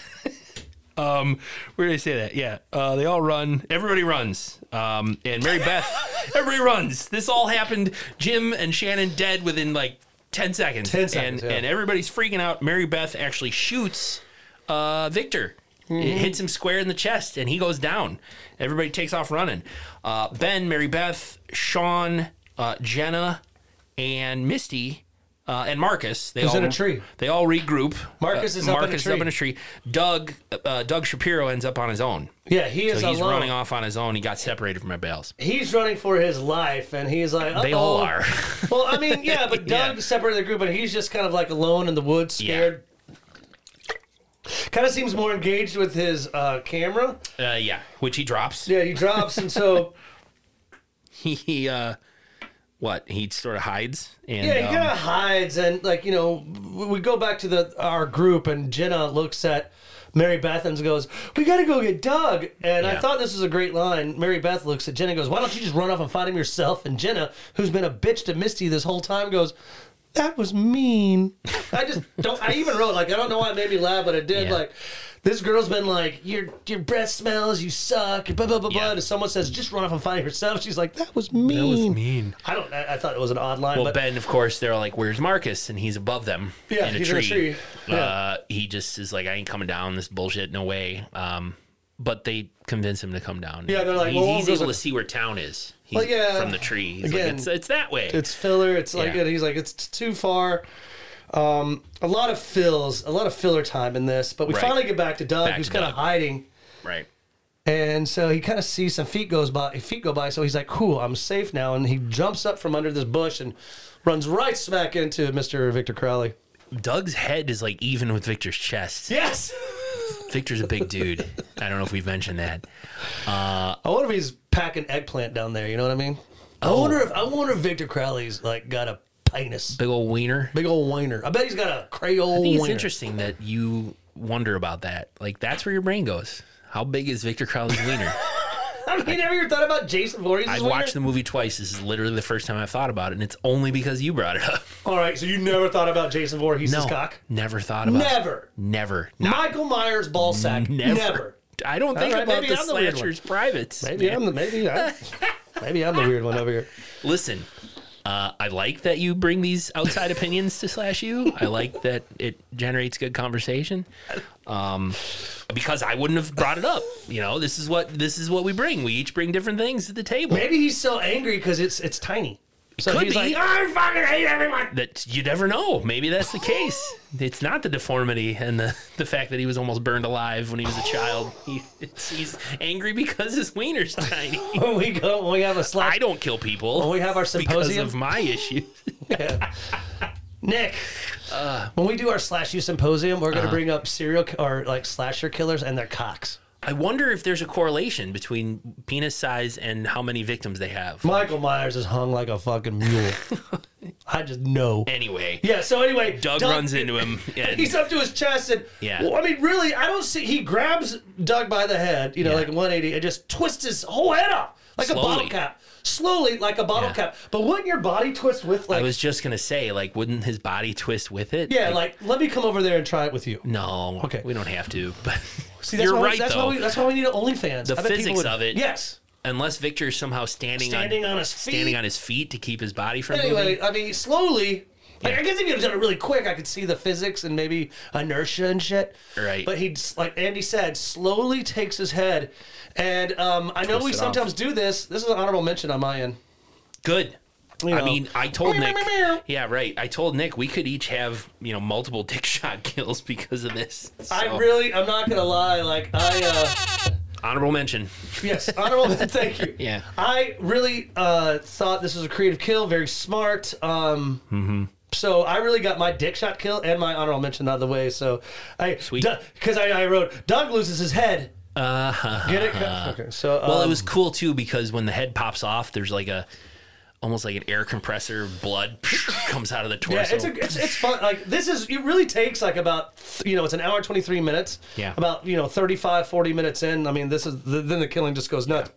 Speaker 1: um, where did I say that? Yeah, uh, they all run. Everybody runs. Um, and Mary Beth, everybody runs. This all happened. Jim and Shannon dead within like ten seconds.
Speaker 2: 10 seconds,
Speaker 1: And,
Speaker 2: yeah.
Speaker 1: and everybody's freaking out. Mary Beth actually shoots uh, Victor.
Speaker 2: Mm-hmm.
Speaker 1: It hits him square in the chest, and he goes down. Everybody takes off running. Uh, ben, Mary Beth, Sean, uh, Jenna, and Misty, uh, and Marcus. They
Speaker 2: Who's
Speaker 1: all
Speaker 2: in a tree.
Speaker 1: They all regroup.
Speaker 2: Marcus
Speaker 1: Uh,
Speaker 2: is up in a
Speaker 1: Marcus is
Speaker 2: tree.
Speaker 1: up in a tree. Doug, uh, Doug Shapiro ends up on his own.
Speaker 2: Yeah, he is
Speaker 1: So he's
Speaker 2: alone.
Speaker 1: running off on his own. He got separated from everybody else.
Speaker 2: He's running for his life, and he's like,
Speaker 1: They all
Speaker 2: "Uh-oh."
Speaker 1: are.
Speaker 2: well, I mean, yeah, but
Speaker 1: Yeah.
Speaker 2: Doug separated the group, but he's just kind of like alone in the woods, scared. Kind of seems more engaged with his uh, camera.
Speaker 1: Uh, yeah, which he drops.
Speaker 2: Yeah, he drops, and so
Speaker 1: He, he uh, what? He sort of hides. And,
Speaker 2: Yeah, he
Speaker 1: um,
Speaker 2: kind of hides, and like you know, we we go back to the our group, and Jenna looks at Mary Beth and goes, "We got to go get Doug." And I
Speaker 1: Yeah.
Speaker 2: thought this was a great line. Mary Beth looks at Jenna, and goes, "Why don't you just run off and find him yourself?" And Jenna, who's been a bitch to Misty this whole time, goes. That was mean. I just don't. I even wrote like I don't know why it made me laugh, but it did.
Speaker 1: Yeah.
Speaker 2: Like this girl's been like your your breath smells, you suck, blah blah blah
Speaker 1: Yeah.
Speaker 2: blah. And if someone says just run off and find herself, she's like that was mean.
Speaker 1: mean.
Speaker 2: I don't. I, I thought it was an odd line.
Speaker 1: Well,
Speaker 2: but
Speaker 1: Ben, of course, they're like, "Where's Marcus?" and he's above them.
Speaker 2: Yeah,
Speaker 1: in a
Speaker 2: he's in
Speaker 1: tree.
Speaker 2: a tree.
Speaker 1: Uh, he just is like, "I ain't coming down. This bullshit. No way." Um, but they convince him to come down.
Speaker 2: Yeah, they're like,
Speaker 1: he's,
Speaker 2: well,
Speaker 1: he's
Speaker 2: we'll go
Speaker 1: able
Speaker 2: to-
Speaker 1: to see where town is. He's
Speaker 2: Well, yeah.
Speaker 1: from the tree. He's
Speaker 2: Again,
Speaker 1: like, it's, it's that way.
Speaker 2: it's filler. It's like
Speaker 1: Yeah.
Speaker 2: he's like it's too far. Um, a lot of fills, a lot of filler time in this, but we
Speaker 1: Right.
Speaker 2: finally get back to Doug,
Speaker 1: Back
Speaker 2: who's
Speaker 1: to
Speaker 2: kind of
Speaker 1: Doug.
Speaker 2: hiding.
Speaker 1: Right.
Speaker 2: And so he kind of sees some feet goes by, feet go by. So he's like, "Cool, I'm safe now." And he jumps up from under this bush and runs right smack into Mister Victor Crowley.
Speaker 1: Doug's head is like even with Victor's chest.
Speaker 2: Yes.
Speaker 1: Victor's a big dude. I don't know if we've mentioned that.
Speaker 2: I wonder if he's packing eggplant down there. You know what I mean?
Speaker 1: Oh.
Speaker 2: I wonder if I wonder if Victor Crowley's like got a penis,
Speaker 1: Big old wiener.
Speaker 2: big old whiner. I bet he's got a Creole
Speaker 1: I think it's
Speaker 2: wiener.
Speaker 1: interesting that you wonder about that. Like that's where your brain goes. How big is Victor Crowley's wiener?
Speaker 2: I mean, have you ever thought about Jason Voorhees'
Speaker 1: I've
Speaker 2: wiener?
Speaker 1: watched the movie twice. This is literally the first time I've thought about it, and it's only because you brought it up.
Speaker 2: All right, so you never thought about Jason Voorhees'
Speaker 1: No,
Speaker 2: cock?
Speaker 1: never thought about it.
Speaker 2: Never.
Speaker 1: Never,
Speaker 2: Michael Myers' ball sack.
Speaker 1: never,
Speaker 2: Never.
Speaker 1: I don't think
Speaker 2: right,
Speaker 1: about
Speaker 2: maybe
Speaker 1: the
Speaker 2: I'm the weird
Speaker 1: slashers privates.
Speaker 2: Maybe I'm the maybe I'm, maybe I'm the weird one over here.
Speaker 1: Listen, uh, I like that you bring these outside opinions to slash you. I like that it generates good conversation. Um, because I wouldn't have brought it up. You know, this is what this is what we bring. We each bring different things to the table.
Speaker 2: Maybe he's so angry because it's it's tiny. So
Speaker 1: Could
Speaker 2: he's
Speaker 1: be.
Speaker 2: like, I fucking hate everyone.
Speaker 1: That you never know. Maybe that's the case. It's not the deformity and the, the fact that he was almost burned alive when he was a child. He, it's, he's angry because his wiener's tiny.
Speaker 2: When "Oh, we go, when we have a
Speaker 1: I
Speaker 2: slash,
Speaker 1: don't kill people.
Speaker 2: when we have our
Speaker 1: because
Speaker 2: symposium,
Speaker 1: of my issue.
Speaker 2: Yeah. Nick,
Speaker 1: Uh.
Speaker 2: when we do our slash you symposium, we're going
Speaker 1: Uh-huh.
Speaker 2: to bring up serial ki- or like slasher killers and their cocks.
Speaker 1: I wonder if there's a correlation between penis size and how many victims they have.
Speaker 2: Michael Myers is hung like a fucking mule. I just know.
Speaker 1: anyway,
Speaker 2: Yeah. So anyway,
Speaker 1: Doug, runs into him. And
Speaker 2: He's up to his chest and
Speaker 1: Yeah.
Speaker 2: Well, I mean, really, I don't see. He grabs Doug by the head, you know,
Speaker 1: Yeah.
Speaker 2: like 180, and just twists his whole head up like a
Speaker 1: Slowly.
Speaker 2: bottle cap, slowly, like a bottle
Speaker 1: Yeah.
Speaker 2: cap. But wouldn't your body twist with like?
Speaker 1: I was just gonna say, like, wouldn't his body twist with it?
Speaker 2: yeah, like let me come over there and try it with you.
Speaker 1: no,
Speaker 2: Okay.
Speaker 1: we don't have to. But
Speaker 2: See, that's
Speaker 1: you're
Speaker 2: why we,
Speaker 1: right
Speaker 2: that's
Speaker 1: though.
Speaker 2: Why we, that's why we need an OnlyFans. The
Speaker 1: physics of it.
Speaker 2: Yes.
Speaker 1: Unless Victor's somehow standing,
Speaker 2: Standing
Speaker 1: on,
Speaker 2: on his feet.
Speaker 1: standing on his feet to keep his body from
Speaker 2: Anyway,
Speaker 1: moving.
Speaker 2: I mean, slowly. Like, I guess if you had done it really quick, I could see the physics and maybe inertia and shit.
Speaker 1: Right.
Speaker 2: But he, like Andy said, slowly takes his head. And um, I know
Speaker 1: Twist
Speaker 2: we
Speaker 1: it off.
Speaker 2: sometimes do this. This is an honorable mention on my end.
Speaker 1: Good.
Speaker 2: You
Speaker 1: I
Speaker 2: know.
Speaker 1: mean, I told
Speaker 2: Meow,
Speaker 1: Nick.
Speaker 2: meow, meow.
Speaker 1: Yeah, right. I told Nick we could each have you know multiple dick shot kills because of this.
Speaker 2: I
Speaker 1: So,
Speaker 2: really, I'm not going to lie. Like, I, uh,
Speaker 1: honorable mention.
Speaker 2: yes, honorable Thank you.
Speaker 1: Yeah.
Speaker 2: I really uh, thought this was a creative kill, very smart. Um, So I really got my dick shot kill and my honorable mention out of the way. So I, because I, I wrote Doug loses his head. Uh-huh. Get it? Okay. So
Speaker 1: Well, it
Speaker 2: um,
Speaker 1: was cool too because when the head pops off, there's like a almost like an air compressor, blood comes out of the
Speaker 2: Yeah,
Speaker 1: torso.
Speaker 2: it's, a, it's it's fun. Like this is it really takes like about you know it's an hour twenty three minutes.
Speaker 1: Yeah.
Speaker 2: About you know 35, 40 minutes in. I mean this is the, then the killing just goes nuts.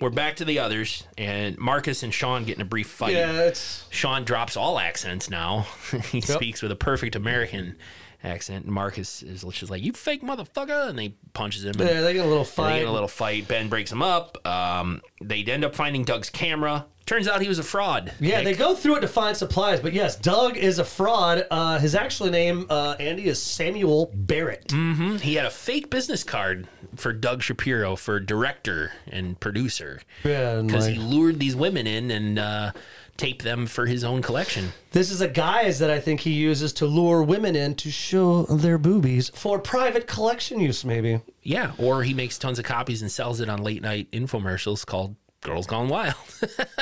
Speaker 1: We're back to the others, and Marcus and Sean get in a brief fight.
Speaker 2: Yeah, it's
Speaker 1: Sean drops all accents now. he speaks with a perfect American accent. And Marcus is just like, "You fake motherfucker!" and they punches him. and-
Speaker 2: yeah they get a little
Speaker 1: They
Speaker 2: fight.
Speaker 1: get in a little fight. Ben breaks him up. Um, they end up finding Doug's camera. Turns out he was a fraud.
Speaker 2: yeah, they go through it to find supplies, but yes, Doug is a fraud. Uh, his actual name, uh, Andy, is Samuel Barrett.
Speaker 1: He had a fake business card for Doug Shapiro for director and producer.
Speaker 2: Yeah, and
Speaker 1: because
Speaker 2: like-
Speaker 1: he lured these women in and uh, taped them for his own collection.
Speaker 2: This is a guise that I think he uses to lure women in to show their boobies for private collection use, maybe.
Speaker 1: Yeah, or he makes tons of copies and sells it on late night infomercials called "Girls Gone Wild."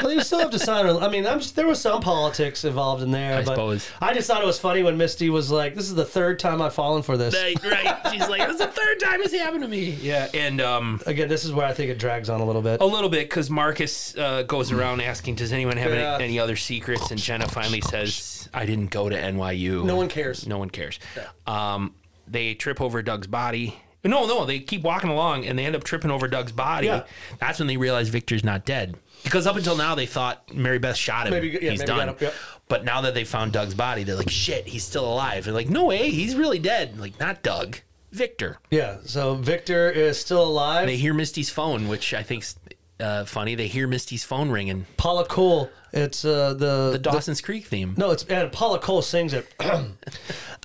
Speaker 2: Well, you still have to sign. on- I mean, I'm, there was some politics involved in there.
Speaker 1: I
Speaker 2: but
Speaker 1: suppose.
Speaker 2: I just thought it was funny when Misty was like, "This is the third time I've fallen for this."
Speaker 1: right, right. She's like, "It's the third time it's happened to me." Yeah, and um,
Speaker 2: Again, this is where I think it drags on a little bit.
Speaker 1: a little bit because Marcus uh, goes around asking, "Does anyone have
Speaker 2: Yeah.
Speaker 1: any, any other secrets?" And Jenna finally says, "I didn't go to NYU.
Speaker 2: No one cares.
Speaker 1: No one cares." Um, they trip over Doug's body. No, no, they keep walking along and they end up tripping over Doug's body.
Speaker 2: Yeah.
Speaker 1: That's when they realize Victor's not dead. Because up until now they thought Mary Beth shot him.
Speaker 2: Maybe- yeah,
Speaker 1: he's
Speaker 2: maybe got
Speaker 1: done.
Speaker 2: up, yep.
Speaker 1: But now that they found Doug's body, they're like, shit, he's still alive. They're like, no way, he's really dead. Like, not Doug, Victor.
Speaker 2: Yeah. So Victor is still alive.
Speaker 1: They hear Misty's phone, which I think's uh, funny. They hear Misty's phone ringing.
Speaker 2: Paula Cole. It's uh, the,
Speaker 1: The Dawson's Creek theme.
Speaker 2: no. It's and Paula Cole sings it. I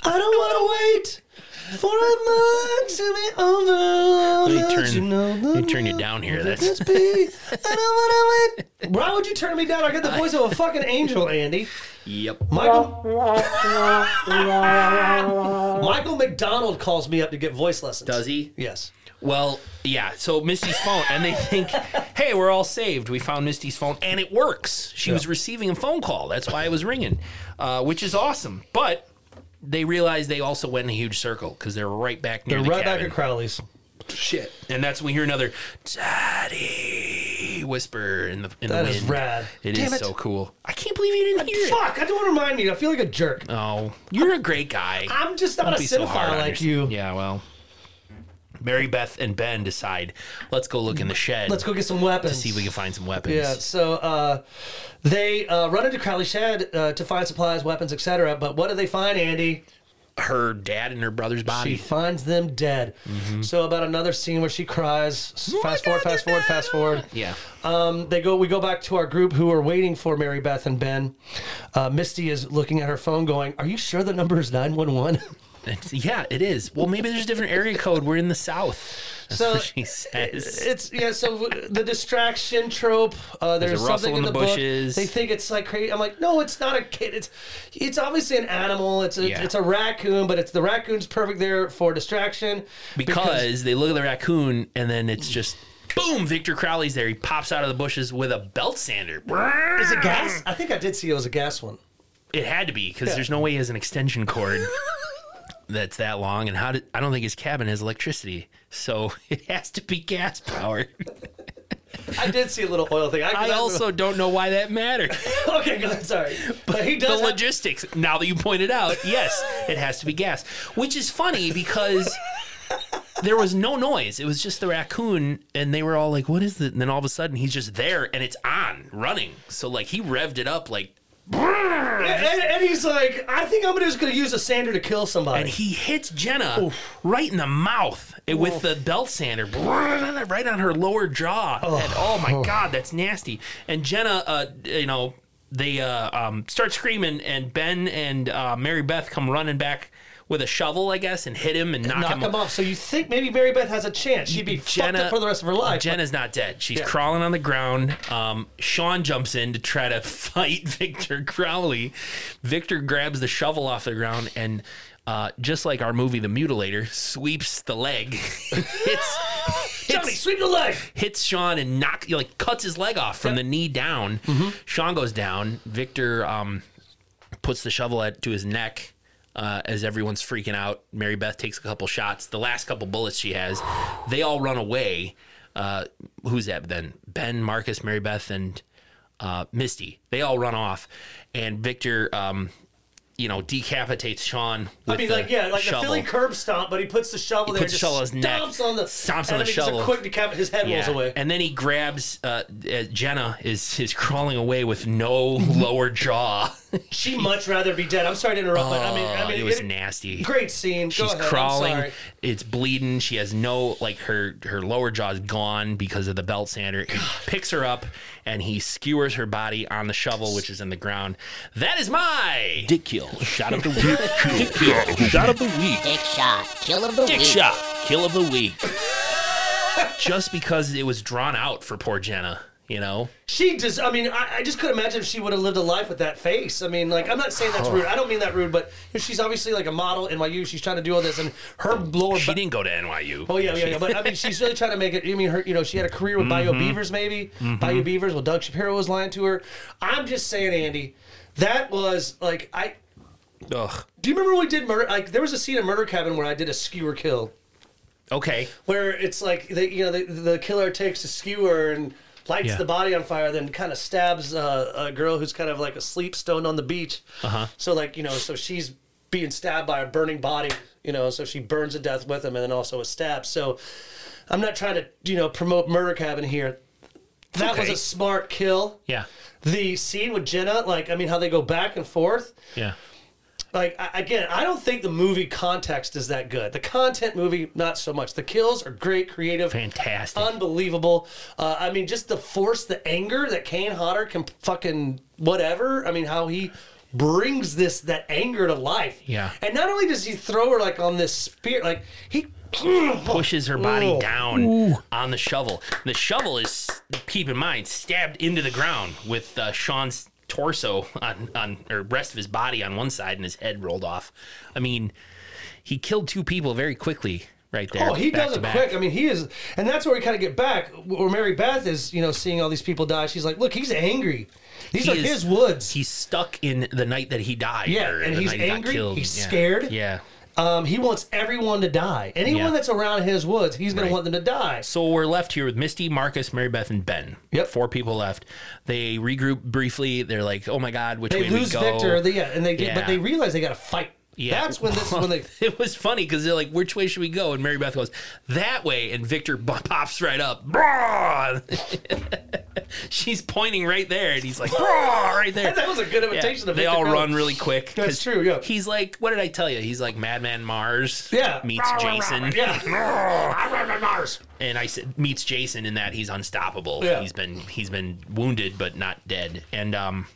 Speaker 2: don't want to wait. For a month to be over.
Speaker 1: Let me
Speaker 2: let
Speaker 1: turn,
Speaker 2: you know the
Speaker 1: let me turn you down here. That's
Speaker 2: must be. I don't want to win. Why would you turn me down? I got the voice of a fucking angel, Andy.
Speaker 1: yep.
Speaker 2: Michael. Michael McDonald calls me up to get voice lessons.
Speaker 1: Does he?
Speaker 2: Yes.
Speaker 1: Well, yeah. So Misty's phone, and they think, "Hey, we're all saved. We found Misty's phone, and it works. She was receiving a phone call. That's why it was ringing, uh, which is awesome." But they realize they also went in a huge circle because they're right back near
Speaker 2: They're
Speaker 1: the
Speaker 2: right back
Speaker 1: cabin.
Speaker 2: at Crowley's.
Speaker 1: Shit. And that's when we hear another daddy whisper in the in
Speaker 2: That
Speaker 1: the
Speaker 2: is
Speaker 1: wind.
Speaker 2: rad.
Speaker 1: It is
Speaker 2: Damn it.
Speaker 1: so cool. I can't believe you didn't hear it.
Speaker 2: Fuck, I don't want to remind you. I feel like a jerk.
Speaker 1: Oh, you're a great guy.
Speaker 2: I'm just not a
Speaker 1: Be so hard
Speaker 2: cinephile
Speaker 1: on
Speaker 2: like you.
Speaker 1: yourself. Yeah, well. Mary Beth and Ben decide, let's go look in the shed.
Speaker 2: Let's go get some weapons.
Speaker 1: see if we can find some weapons.
Speaker 2: Yeah, so uh, they uh, run into Crowley's shed uh, to find supplies, weapons, etc. But what do they find, Andy?
Speaker 1: Her dad and her brother's
Speaker 2: She
Speaker 1: body. Mm-hmm.
Speaker 2: finds them dead. So about another scene where she cries. Fast forward, fast forward, fast forward.
Speaker 1: yeah.
Speaker 2: Um, they go. We go back to our group who are waiting for Mary Beth and Ben. Uh, Misty is looking at her phone, going, "Are you sure the number is nine one one?"
Speaker 1: It's- yeah, it is. Well, maybe there's a different area code. We're in the south. That's
Speaker 2: So-
Speaker 1: what she says.
Speaker 2: It's yeah. So w- the distraction trope. Uh, there's,
Speaker 1: There's a rustle
Speaker 2: something
Speaker 1: in
Speaker 2: in the,
Speaker 1: the bushes.
Speaker 2: book. They think it's like crazy. I'm like, no, it's not a kid. It's it's obviously an animal. It's a,
Speaker 1: Yeah.
Speaker 2: it's a raccoon, but it's the raccoon's perfect there for distraction
Speaker 1: because, they look at the raccoon and then it's just boom, Victor Crowley's there. He pops out of the bushes with a belt sander.
Speaker 2: is it gas? I think I did see it was a gas one.
Speaker 1: It had to be because
Speaker 2: Yeah.
Speaker 1: there's no way he has an extension cord that's that long. And how did I don't think his cabin has electricity, so it has to be gas power.
Speaker 2: I did see a little oil thing.
Speaker 1: I also don't know why that mattered.
Speaker 2: okay, go ahead, sorry, but he
Speaker 1: The
Speaker 2: does. have-
Speaker 1: logistics. Now that you pointed out, yes, it has to be gas, which is funny because. There was no noise. It was just the raccoon, and they were all like, "What is it?" And then all of a sudden, he's just there, and it's on, running. So like he revved it up, like
Speaker 2: And, and- and he's like, I think I'm just gonna use a sander to kill somebody.
Speaker 1: and he hits Jenna right in the mouth with the belt sander, right on her lower jaw. And oh my god, that's nasty. And Jenna, uh, you know, they uh, um, start screaming, and Ben and uh, Mary Beth come running back with a shovel, I guess, and hit him and knock,
Speaker 2: knock
Speaker 1: him,
Speaker 2: him off. So you think maybe Mary Beth has a chance? She'd be fucked
Speaker 1: Jenna-
Speaker 2: up for the rest of her life.
Speaker 1: Jenna's not dead. She's crawling on the ground. Um, Sean jumps in to try to fight Victor Crowley. Victor grabs the shovel off the ground and. Uh, just like our movie, The Mutilator, sweeps the leg, hits,
Speaker 2: Johnny,
Speaker 1: hits,
Speaker 2: sweep the leg.
Speaker 1: hits Sean and knock, like cuts his leg off from the knee down.
Speaker 2: Mm-hmm.
Speaker 1: Sean goes down. Victor um, puts the shovel at, to his neck uh, as everyone's freaking out. Mary Beth takes a couple shots. The last couple bullets she has, they all run away. Uh, who's that then? Ben, Marcus, Mary Beth, and uh, Misty. They all run off, and Victor, um, you know, decapitates Sean.
Speaker 2: I
Speaker 1: with
Speaker 2: mean,
Speaker 1: the
Speaker 2: like yeah, like
Speaker 1: shovel.
Speaker 2: the Philly curb stomp, but he puts the shovel there,
Speaker 1: puts the
Speaker 2: just
Speaker 1: shovel on his neck,
Speaker 2: stomps on the
Speaker 1: stomps on the
Speaker 2: and I mean, just a
Speaker 1: shovel.
Speaker 2: quick decap, his head rolls away.
Speaker 1: And then he grabs uh, uh, Jenna is is crawling away with no lower jaw.
Speaker 2: She'd much rather be dead. I'm sorry to interrupt, but I mean, I
Speaker 1: Oh,
Speaker 2: mean,
Speaker 1: it was
Speaker 2: it-
Speaker 1: nasty.
Speaker 2: Great scene. Go
Speaker 1: She's
Speaker 2: ahead, I'm
Speaker 1: crawling.
Speaker 2: sorry.
Speaker 1: It's bleeding. She has no like her her lower jaw's gone because of the belt sander. He picks her up and he skewers her body on the shovel, which is in the ground. That is my dick kill shot of the week. dick kill shot of the week.
Speaker 4: Dick shot. Kill of the
Speaker 1: Dick
Speaker 4: week.
Speaker 1: shot kill of the week. Just because it was drawn out for poor Jenna, you know.
Speaker 2: She just, I mean, I, I just could imagine if she would have lived a life with that face. I mean, like, I'm not saying that's rude. I don't mean that rude, but you know, she's obviously like a model NYU. She's trying to do all this, and her lower
Speaker 1: She didn't go to NYU.
Speaker 2: Oh yeah, yeah, yeah. But I mean, she's really trying to make it. I mean, her, you know, she had a career with Bio Beavers, maybe Bio Beavers. Well, Doug Shapiro was lying to her. I'm just saying, Andy, that was like I.
Speaker 1: Ugh.
Speaker 2: Do you remember when we did murder? Like there was a scene in Murder Cabin where I did a skewer kill,
Speaker 1: Okay.
Speaker 2: where it's like the you know the, the killer takes a skewer and lights
Speaker 1: Yeah.
Speaker 2: the body on fire, then kind of stabs uh, a girl who's kind of like asleep, stoned on the beach. Uh-huh. So like you know, so she's being stabbed by a burning body. You know, so she burns to death with him, and then also is stabbed. So I'm not trying to you know promote Murder Cabin here. That was
Speaker 1: okay.
Speaker 2: a smart kill.
Speaker 1: Yeah.
Speaker 2: The scene with Jenna, like I mean, how they go back and forth
Speaker 1: Yeah.
Speaker 2: like I, again i don't think the movie context is that good the content movie not so much the kills are great creative
Speaker 1: Fantastic.
Speaker 2: unbelievable uh, i mean just the force the anger that kane hodder can fucking whatever i mean how he brings this that anger to life.
Speaker 1: Yeah.
Speaker 2: And not only does he throw her like on this spear, like he
Speaker 1: pushes her body
Speaker 2: Ooh.
Speaker 1: down on the shovel. The shovel is, keep in mind, stabbed into the ground with uh, Sean's torso on, on or rest of his body on one side and his head rolled off. I mean, he killed two people very quickly right there.
Speaker 2: Oh, he
Speaker 1: back
Speaker 2: does
Speaker 1: to
Speaker 2: it
Speaker 1: back.
Speaker 2: quick. I mean, he is, and that's where we kind of get back where Mary Beth is. You know, seeing all these people die, she's like, "Look, he's angry. These
Speaker 1: He
Speaker 2: are
Speaker 1: is-
Speaker 2: his woods."
Speaker 1: He's stuck in the night that he died.
Speaker 2: Yeah,
Speaker 1: or
Speaker 2: and
Speaker 1: the
Speaker 2: he's
Speaker 1: night he got
Speaker 2: angry,
Speaker 1: killed.
Speaker 2: he's
Speaker 1: Yeah.
Speaker 2: scared.
Speaker 1: Yeah.
Speaker 2: um, he wants everyone to die. Anyone
Speaker 1: Yeah.
Speaker 2: that's around his woods, he's going
Speaker 1: Right.
Speaker 2: to want them to die.
Speaker 1: So we're left here with Misty, Marcus, Mary Beth, and Ben.
Speaker 2: Yep.
Speaker 1: Four people left. They regroup briefly. They're like, "Oh my God, which way
Speaker 2: They
Speaker 1: do
Speaker 2: lose
Speaker 1: we go?"
Speaker 2: Victor. They, yeah, and they get,
Speaker 1: Yeah.
Speaker 2: but they realize they got to fight.
Speaker 1: Yeah.
Speaker 2: that's when this is when they.
Speaker 1: it was funny because they're like, "Which way should we go?" And Mary Beth goes, "That way." And Victor b- pops right up. Brah! She's pointing right there, and he's like, "Brah!" right there.
Speaker 2: That was a good imitation
Speaker 1: Yeah,
Speaker 2: of
Speaker 1: they
Speaker 2: Victor
Speaker 1: all
Speaker 2: Crowley.
Speaker 1: run really quick. 'cause
Speaker 2: That's true, yeah.
Speaker 1: He's like, what did I tell you? He's like Madman Mars.
Speaker 2: Yeah.
Speaker 1: Meets Jason.
Speaker 2: Yeah,
Speaker 1: and I said meets Jason in that he's unstoppable.
Speaker 2: Yeah.
Speaker 1: He's been he's been wounded but not dead. And um,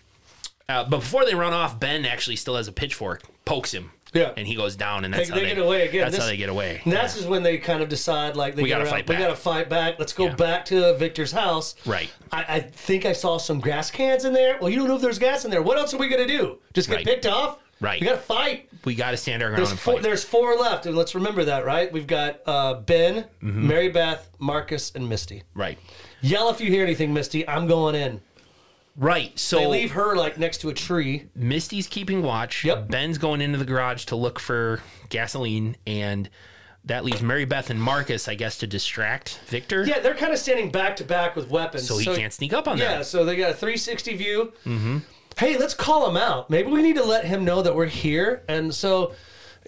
Speaker 1: uh, but before they run off, Ben actually still has a pitchfork, pokes him.
Speaker 2: Yeah.
Speaker 1: and he goes down, and that's
Speaker 2: They-
Speaker 1: how
Speaker 2: they get away again.
Speaker 1: That's
Speaker 2: This-
Speaker 1: how they get away.
Speaker 2: and that's just when they kind of decide like they
Speaker 1: We
Speaker 2: get
Speaker 1: gotta
Speaker 2: around,
Speaker 1: fight
Speaker 2: We
Speaker 1: back.
Speaker 2: got to fight back. Let's go
Speaker 1: Yeah.
Speaker 2: back to Victor's house.
Speaker 1: Right.
Speaker 2: I, I think I saw some gas cans in there. Well, you don't know if there's gas in there. What else are we gonna do? Just get
Speaker 1: Right.
Speaker 2: picked off?
Speaker 1: Right.
Speaker 2: We gotta fight.
Speaker 1: we got to stand our ground
Speaker 2: There's
Speaker 1: and
Speaker 2: four,
Speaker 1: fight.
Speaker 2: there's four left, and let's remember that, right? We've got uh, Ben,
Speaker 1: Mm-hmm.
Speaker 2: Mary Beth, Marcus, and Misty.
Speaker 1: Right,
Speaker 2: Yell if you hear anything, Misty. I'm going in.
Speaker 1: right. So
Speaker 2: They leave her like next to a tree.
Speaker 1: Misty's keeping watch.
Speaker 2: Yep.
Speaker 1: Ben's going into the garage to look for gasoline, and that leaves Mary Beth and Marcus, I guess, to distract Victor.
Speaker 2: Yeah, they're kind of standing back to back with weapons,
Speaker 1: So he can't Mm-hmm. sneak up on
Speaker 2: Yeah,
Speaker 1: them.
Speaker 2: so they got a 360 view. Hey, let's call him out. Maybe we need to let him know that we're here. And so,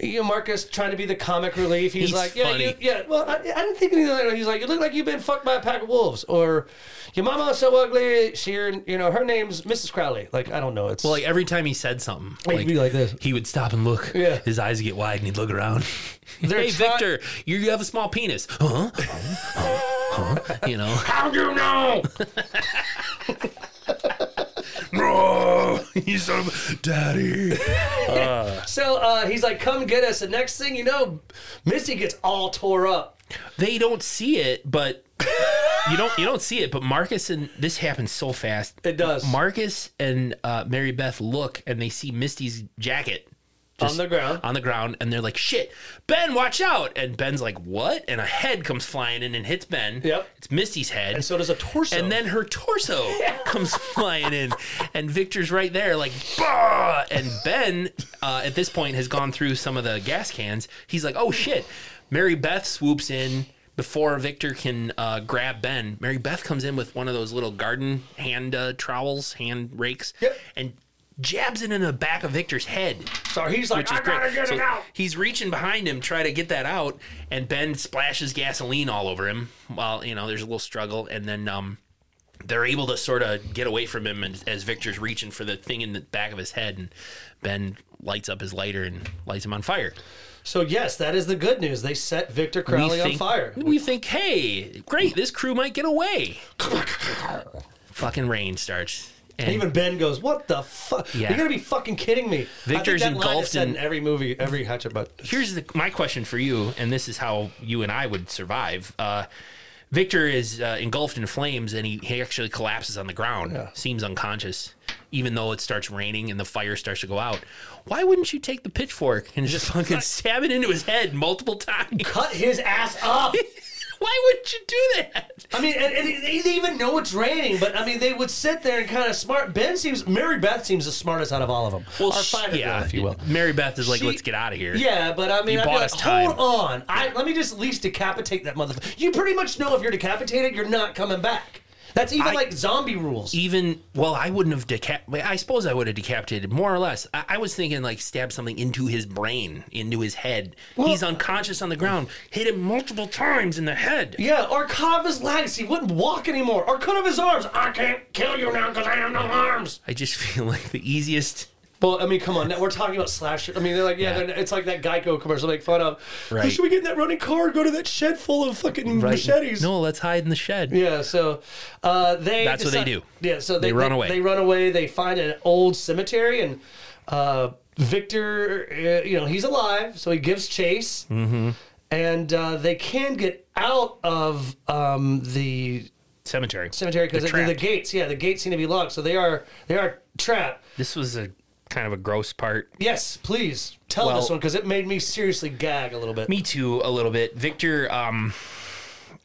Speaker 2: you know, Marcus trying to be the comic relief. He's,
Speaker 1: He's
Speaker 2: like, yeah,
Speaker 1: funny.
Speaker 2: you, yeah. Well, I, I didn't think anything like that. He's like, you look like you've been fucked by a pack of wolves, or your mama's so ugly. She, you know, her name's Mrs. Crowley. Like, I don't know. It's
Speaker 1: Like every time he said something,
Speaker 2: He'd be like this.
Speaker 1: He would stop and look.
Speaker 2: Yeah.
Speaker 1: His eyes would get wide and he'd look around.
Speaker 2: They're
Speaker 1: hey,
Speaker 2: try-
Speaker 1: Victor, you, you have a small penis. Huh? Huh? Huh? You know?
Speaker 3: How do you know? no, you son of a- daddy.
Speaker 2: so. Uh, he's like, come get us. And next thing you know, Misty gets all tore up.
Speaker 1: They don't see it, but you don't you don't see it, but Marcus and this happens so fast.
Speaker 2: It does
Speaker 1: Marcus and uh, Mary Beth look and they see Misty's jacket
Speaker 2: on the ground.
Speaker 1: on the ground and they're like, shit, Ben, watch out. And Ben's like, what? And a head comes flying in and hits Ben.
Speaker 2: Yep.
Speaker 1: It's Misty's head.
Speaker 2: And so does a torso.
Speaker 1: and then her torso comes flying in, and Victor's right there, like, bah! and Ben uh, at this point has gone through some of the gas cans. He's like, oh shit! Mary Beth swoops in before Victor can uh, grab Ben. Mary Beth comes in with one of those little garden hand uh, trowels, hand rakes,
Speaker 2: Yep.
Speaker 1: and jabs it in the back of Victor's head
Speaker 2: so he's like,
Speaker 1: which is
Speaker 2: I gotta
Speaker 1: great.
Speaker 2: get
Speaker 1: So
Speaker 2: it out.
Speaker 1: He's reaching behind him, try to get that out, and Ben splashes gasoline all over him. While you know, there's a little struggle, and then um, they're able to sort of get away from him and, as Victor's reaching for the thing in the back of his head, and Ben lights up his lighter and lights him on fire.
Speaker 2: So yes, that is the good news. They set Victor
Speaker 1: We
Speaker 2: Crowley
Speaker 1: think-
Speaker 2: on fire.
Speaker 1: We think, hey, great, this crew might get away. Fucking rain starts. And
Speaker 2: Even Ben goes, "What the fuck?
Speaker 1: Yeah.
Speaker 2: You're gonna be fucking kidding me."
Speaker 1: Victor's
Speaker 2: I think that line
Speaker 1: engulfed
Speaker 2: is said
Speaker 1: in-
Speaker 2: in every movie, every hatchet, but
Speaker 1: here's the, my question for you, and this is how you and I would survive. Uh, Victor is uh, engulfed in flames, and he, he actually collapses on the ground. Seems unconscious, even though it starts raining and the fire starts to go out. Why wouldn't you take the pitchfork and just fucking stab it into his head multiple times?
Speaker 2: cut his ass up.
Speaker 1: Why wouldn't you do that?
Speaker 2: I mean, and, and they they even know it's raining, but I mean, they would sit there and kind of smart. Ben seems, Mary Beth seems the smartest out of all of them. Well, Our
Speaker 1: sh-
Speaker 2: fighter girl, if you will.
Speaker 1: Mary Beth is like,
Speaker 2: She-
Speaker 1: let's get out of here.
Speaker 2: Yeah, but I mean, I'd be
Speaker 1: bought
Speaker 2: like,
Speaker 1: us time.
Speaker 2: hold on. I, let me just at least decapitate that motherfucker. You pretty much know if you're decapitated, you're not coming back. That's even like zombie rules.
Speaker 1: even well, I wouldn't have decap. I suppose I would have decapitated more or less. I, I was thinking like stab something into his brain, into his head. He's unconscious on the ground. Hit him multiple times in the head.
Speaker 2: Yeah, or cut off his legs. He wouldn't walk anymore. Or cut off his arms. I can't kill you now because I have no arms.
Speaker 1: I just feel like the easiest.
Speaker 2: Well, I mean, come on. Now we're talking about slasher. I mean, they're like, yeah,
Speaker 1: Yeah.
Speaker 2: They're, it's like that Geico commercial they make fun of.
Speaker 1: Right.
Speaker 2: Should we get in that running car and go to that shed full of fucking machetes?
Speaker 1: No, let's hide in the shed.
Speaker 2: Yeah, so uh, they.
Speaker 1: That's what they do.
Speaker 2: Yeah, so they,
Speaker 1: They run
Speaker 2: they-
Speaker 1: away.
Speaker 2: They run away. They find an old cemetery and. Uh, Victor, uh, you know, he's alive, so he gives chase,
Speaker 1: Mm-hmm.
Speaker 2: and uh, they can get out of um, the
Speaker 1: Cemetery.
Speaker 2: cemetery because
Speaker 1: They're
Speaker 2: the, the
Speaker 1: trapped.
Speaker 2: gates, yeah, the gates seem to be locked, so they are they are trapped.
Speaker 1: This was a kind of a gross part.
Speaker 2: Yes, please tell
Speaker 1: Well-
Speaker 2: this one because it made me seriously gag a little bit.
Speaker 1: Me too, a little bit. Victor, um,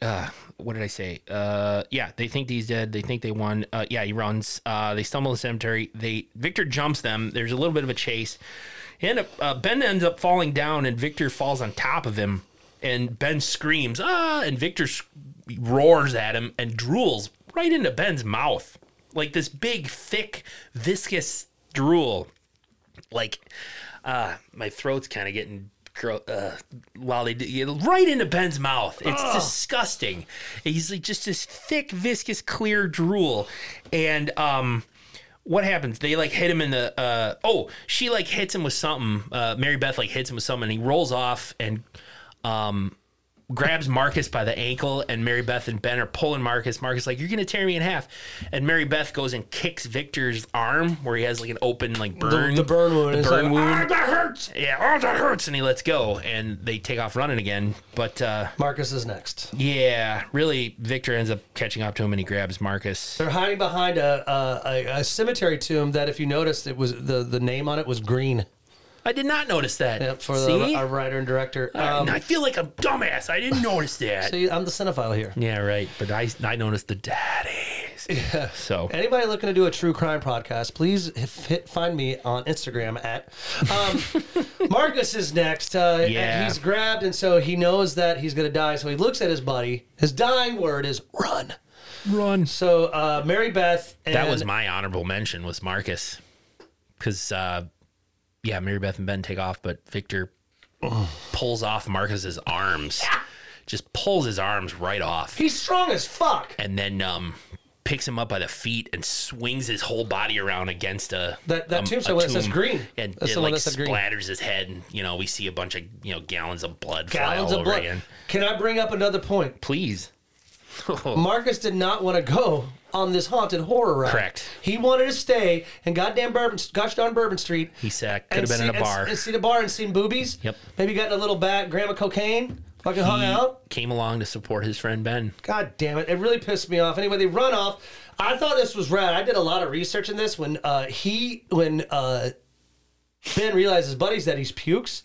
Speaker 1: uh, what did I say? Uh, yeah, they think he's dead. They think they won. Uh, yeah, he runs. Uh, they stumble in the cemetery. They Victor jumps them. There's a little bit of a chase. And uh, Ben ends up falling down, and Victor falls on top of him. And Ben screams, ah, and Victor s- roars at him and drools right into Ben's mouth. Like this big, thick, viscous drool like uh my throat's kind of getting gro- uh, while they d- right into Ben's mouth. It's disgusting. He's like just this thick, viscous, clear drool, and um, what happens? They like hit him in the uh oh, she like hits him with something. Uh, Mary Beth like hits him with something, and he rolls off and um grabs Marcus by the ankle and Mary Beth and Ben are pulling Marcus. Marcus like, You're gonna tear me in half. And Mary Beth goes and kicks Victor's arm where he has like an open like burn.
Speaker 2: the burn wound.
Speaker 1: The
Speaker 2: It's
Speaker 1: burn
Speaker 2: like,
Speaker 1: wound.
Speaker 3: Ah, that hurts.
Speaker 1: Yeah, oh that hurts and he lets go and they take off running again. But uh
Speaker 2: Marcus is next.
Speaker 1: yeah, really Victor ends up catching up to him and he grabs Marcus.
Speaker 2: They're hiding behind a, a, a, a cemetery tomb that, if you noticed, it was the, the name on it was green.
Speaker 1: I did not notice that.
Speaker 2: Yep, for
Speaker 1: See?
Speaker 2: the, our writer and director. Um,
Speaker 1: And I feel like a dumbass. I didn't notice that.
Speaker 2: see, I'm the cinephile here.
Speaker 1: Yeah, right. But I I noticed the daddies. So
Speaker 2: Anybody looking to do a true crime podcast, please hit, hit, find me on Instagram at um, Marcus is next. Uh, and
Speaker 1: Yeah.
Speaker 2: he's grabbed, and so he knows that he's going to die. So he looks at his buddy. His dying word is "run."
Speaker 1: run.
Speaker 2: So uh, Mary Beth. And,
Speaker 1: That was my honorable mention was Marcus, because uh, yeah, Mary Beth and Ben take off, but Victor pulls off Marcus's arms, just pulls his arms right off,
Speaker 2: He's strong as fuck.
Speaker 1: and then um, picks him up by the feet and swings his whole body around against a
Speaker 2: That- that
Speaker 1: um,
Speaker 2: tombstone, one that says green.
Speaker 1: and
Speaker 2: That's
Speaker 1: it
Speaker 2: the one
Speaker 1: like
Speaker 2: that said green.
Speaker 1: splatters his head. And, you know, we see a bunch of you know gallons of blood fly all
Speaker 2: Gallons of
Speaker 1: over
Speaker 2: blood.
Speaker 1: again.
Speaker 2: Can I bring up another point?
Speaker 1: Please,
Speaker 2: Marcus did not want to go on this haunted horror ride.
Speaker 1: Correct.
Speaker 2: He wanted to stay in goddamn Bourbon, gosh darn Bourbon Street.
Speaker 1: he said could
Speaker 2: and
Speaker 1: have been
Speaker 2: see-
Speaker 1: in a
Speaker 2: and-
Speaker 1: bar.
Speaker 2: And, seen a bar and seen boobies.
Speaker 1: Yep.
Speaker 2: Maybe gotten a little bag, gram of cocaine, fucking hung
Speaker 1: He
Speaker 2: out.
Speaker 1: came along to support his friend Ben.
Speaker 2: God damn it. It really pissed me off. Anyway, they run off. I thought this was rad. I did a lot of research in this when uh, he, when uh, Ben realizes, buddies, that he's pukes.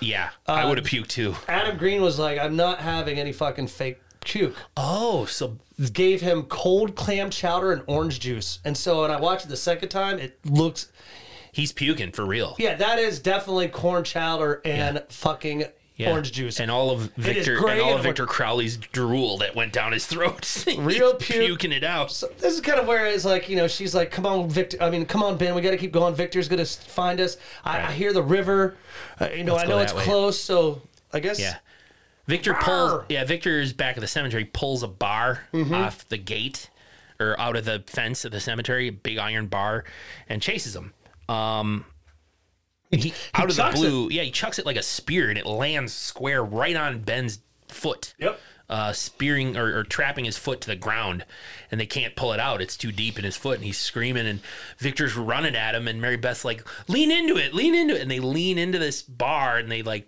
Speaker 1: Yeah, I
Speaker 2: Uh,
Speaker 1: would have puked too.
Speaker 2: Adam Green was like, I'm not having any fucking fake puke.
Speaker 1: Oh, so
Speaker 2: gave him cold clam chowder and orange juice. And so when I watched it the second time, it looks
Speaker 1: he's puking for real.
Speaker 2: yeah, that is definitely corn chowder and fucking
Speaker 1: Yeah.
Speaker 2: orange juice.
Speaker 1: and all of
Speaker 2: is
Speaker 1: Victor
Speaker 2: gray
Speaker 1: and all
Speaker 2: and
Speaker 1: of Victor Crowley's drool that went down his throat.
Speaker 2: Real
Speaker 1: He's
Speaker 2: puke.
Speaker 1: puking it out.
Speaker 2: so this is kind of where it's like, you know, she's like, "Come on, Victor. I mean, come on, Ben. We got to keep going. Victor's gonna s- find us. I, I hear the river. Uh, you know, I
Speaker 1: go
Speaker 2: know it's
Speaker 1: that way.
Speaker 2: close, so I guess
Speaker 1: Yeah, Victor pulls. Yeah, Victor's back of the cemetery pulls a bar off the gate or out of the fence of the cemetery, a big iron bar, and chases him. Um. He, out of the
Speaker 2: chucks
Speaker 1: blue, yeah, he chucks it like a spear, and it lands square right on Ben's foot.
Speaker 2: Yep.
Speaker 1: uh, spearing or, or trapping his foot to the ground, and they can't pull it out. It's too deep in his foot, and he's screaming. And Victor's running at him, and Mary Beth's like, "Lean into it, lean into it," and they lean into this bar, and they like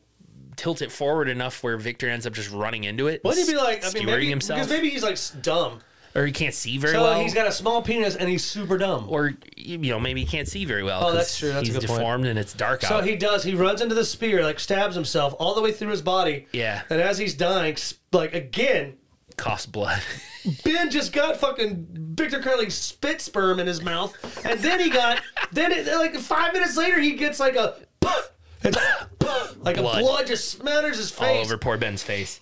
Speaker 1: tilt it forward enough where Victor ends up just running into it.
Speaker 2: Wouldn't it be like? I mean,
Speaker 1: skewering
Speaker 2: maybe
Speaker 1: himself,
Speaker 2: because maybe he's like s- dumb.
Speaker 1: or he can't see very
Speaker 2: So
Speaker 1: well.
Speaker 2: he's got a small penis and he's super dumb.
Speaker 1: or you know, maybe he can't see very well.
Speaker 2: Oh,
Speaker 1: 'cause
Speaker 2: that's true. That's a
Speaker 1: he's
Speaker 2: good point.
Speaker 1: deformed and it's dark
Speaker 2: So
Speaker 1: out.
Speaker 2: he does. He runs into the spear, like stabs himself all the way through his body.
Speaker 1: Yeah.
Speaker 2: And as he's dying, s- like again,
Speaker 1: coughs blood.
Speaker 2: Ben just got fucking Victor Crowley spit sperm in his mouth, and then he got then it, like five minutes later he gets like a puff, and puff, like
Speaker 1: Blood.
Speaker 2: a blood just smatters his face.
Speaker 1: all over poor Ben's face.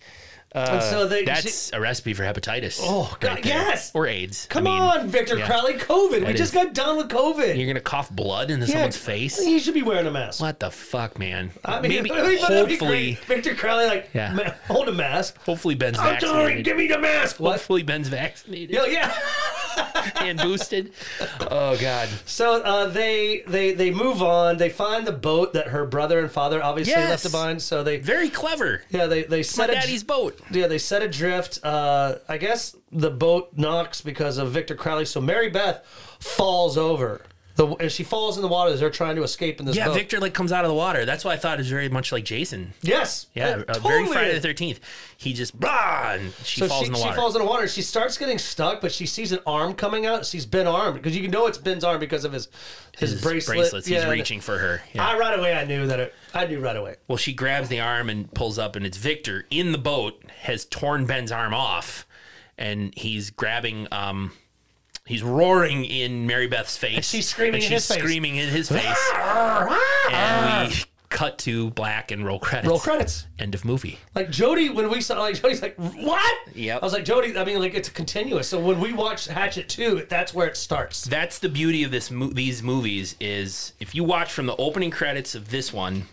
Speaker 2: and so they,
Speaker 1: That's a recipe for hepatitis.
Speaker 2: Oh, God,
Speaker 1: there.
Speaker 2: yes!
Speaker 1: or AIDS. I
Speaker 2: come
Speaker 1: mean,
Speaker 2: on, Victor
Speaker 1: yeah.
Speaker 2: Crowley, COVID. We
Speaker 1: That
Speaker 2: just
Speaker 1: is-
Speaker 2: got done with COVID.
Speaker 1: You're gonna cough blood into
Speaker 2: Yeah,
Speaker 1: someone's face?
Speaker 2: He should be wearing a mask.
Speaker 1: What the fuck, man?
Speaker 2: I mean,
Speaker 1: Maybe,
Speaker 2: wouldn't that be great?
Speaker 1: hopefully,
Speaker 2: Victor Crowley, like,
Speaker 1: Yeah.
Speaker 2: ma- hold a mask.
Speaker 1: hopefully Ben's
Speaker 2: I'm dying.
Speaker 1: vaccinated.
Speaker 2: Give me the mask. What?
Speaker 1: Hopefully Ben's vaccinated
Speaker 2: Yeah, oh, yeah.
Speaker 1: and boosted. Oh God,
Speaker 2: So uh, they they they move on. They find the boat that her brother and father obviously
Speaker 1: Yes.
Speaker 2: left behind. So they
Speaker 1: very clever.
Speaker 2: yeah they they
Speaker 1: My
Speaker 2: set
Speaker 1: daddy's boat.
Speaker 2: a, yeah they set adrift. Uh, I guess the boat knocks because of Victor Crowley. So Mary Beth falls over. The and she falls in the water as they're trying to escape in this
Speaker 1: Yeah,
Speaker 2: boat.
Speaker 1: Victor like comes out of the water. That's why I thought it was very much like Jason.
Speaker 2: Yes.
Speaker 1: Yeah,
Speaker 2: That
Speaker 1: uh, very
Speaker 2: totally
Speaker 1: Friday
Speaker 2: is.
Speaker 1: the Thirteenth. He just blah, and she
Speaker 2: So
Speaker 1: falls
Speaker 2: she,
Speaker 1: in the
Speaker 2: She
Speaker 1: water.
Speaker 2: falls in the water. She starts getting stuck, but she sees an arm coming out. She's Ben armed because you can know it's Ben's arm because of his his,
Speaker 1: His
Speaker 2: bracelet.
Speaker 1: bracelets. He's
Speaker 2: Yeah, and-
Speaker 1: reaching for her. Yeah.
Speaker 2: I right away I knew that it. I knew right away.
Speaker 1: Well, she grabs the arm and pulls up, and it's Victor in the boat has torn Ben's arm off, and he's grabbing. um He's roaring in Mary Beth's face. And
Speaker 2: she's screaming in
Speaker 1: she's
Speaker 2: his face.
Speaker 1: screaming in his face. and we cut to black and roll credits.
Speaker 2: Roll credits.
Speaker 1: End of movie.
Speaker 2: Like Jody, when we saw, like Jody's like, what?
Speaker 1: Yep.
Speaker 2: I was like, Jody. I mean, like it's continuous. So when we watch Hatchet two, that's where it starts.
Speaker 1: That's the beauty of this mo- these movies is if you watch from the opening credits of this one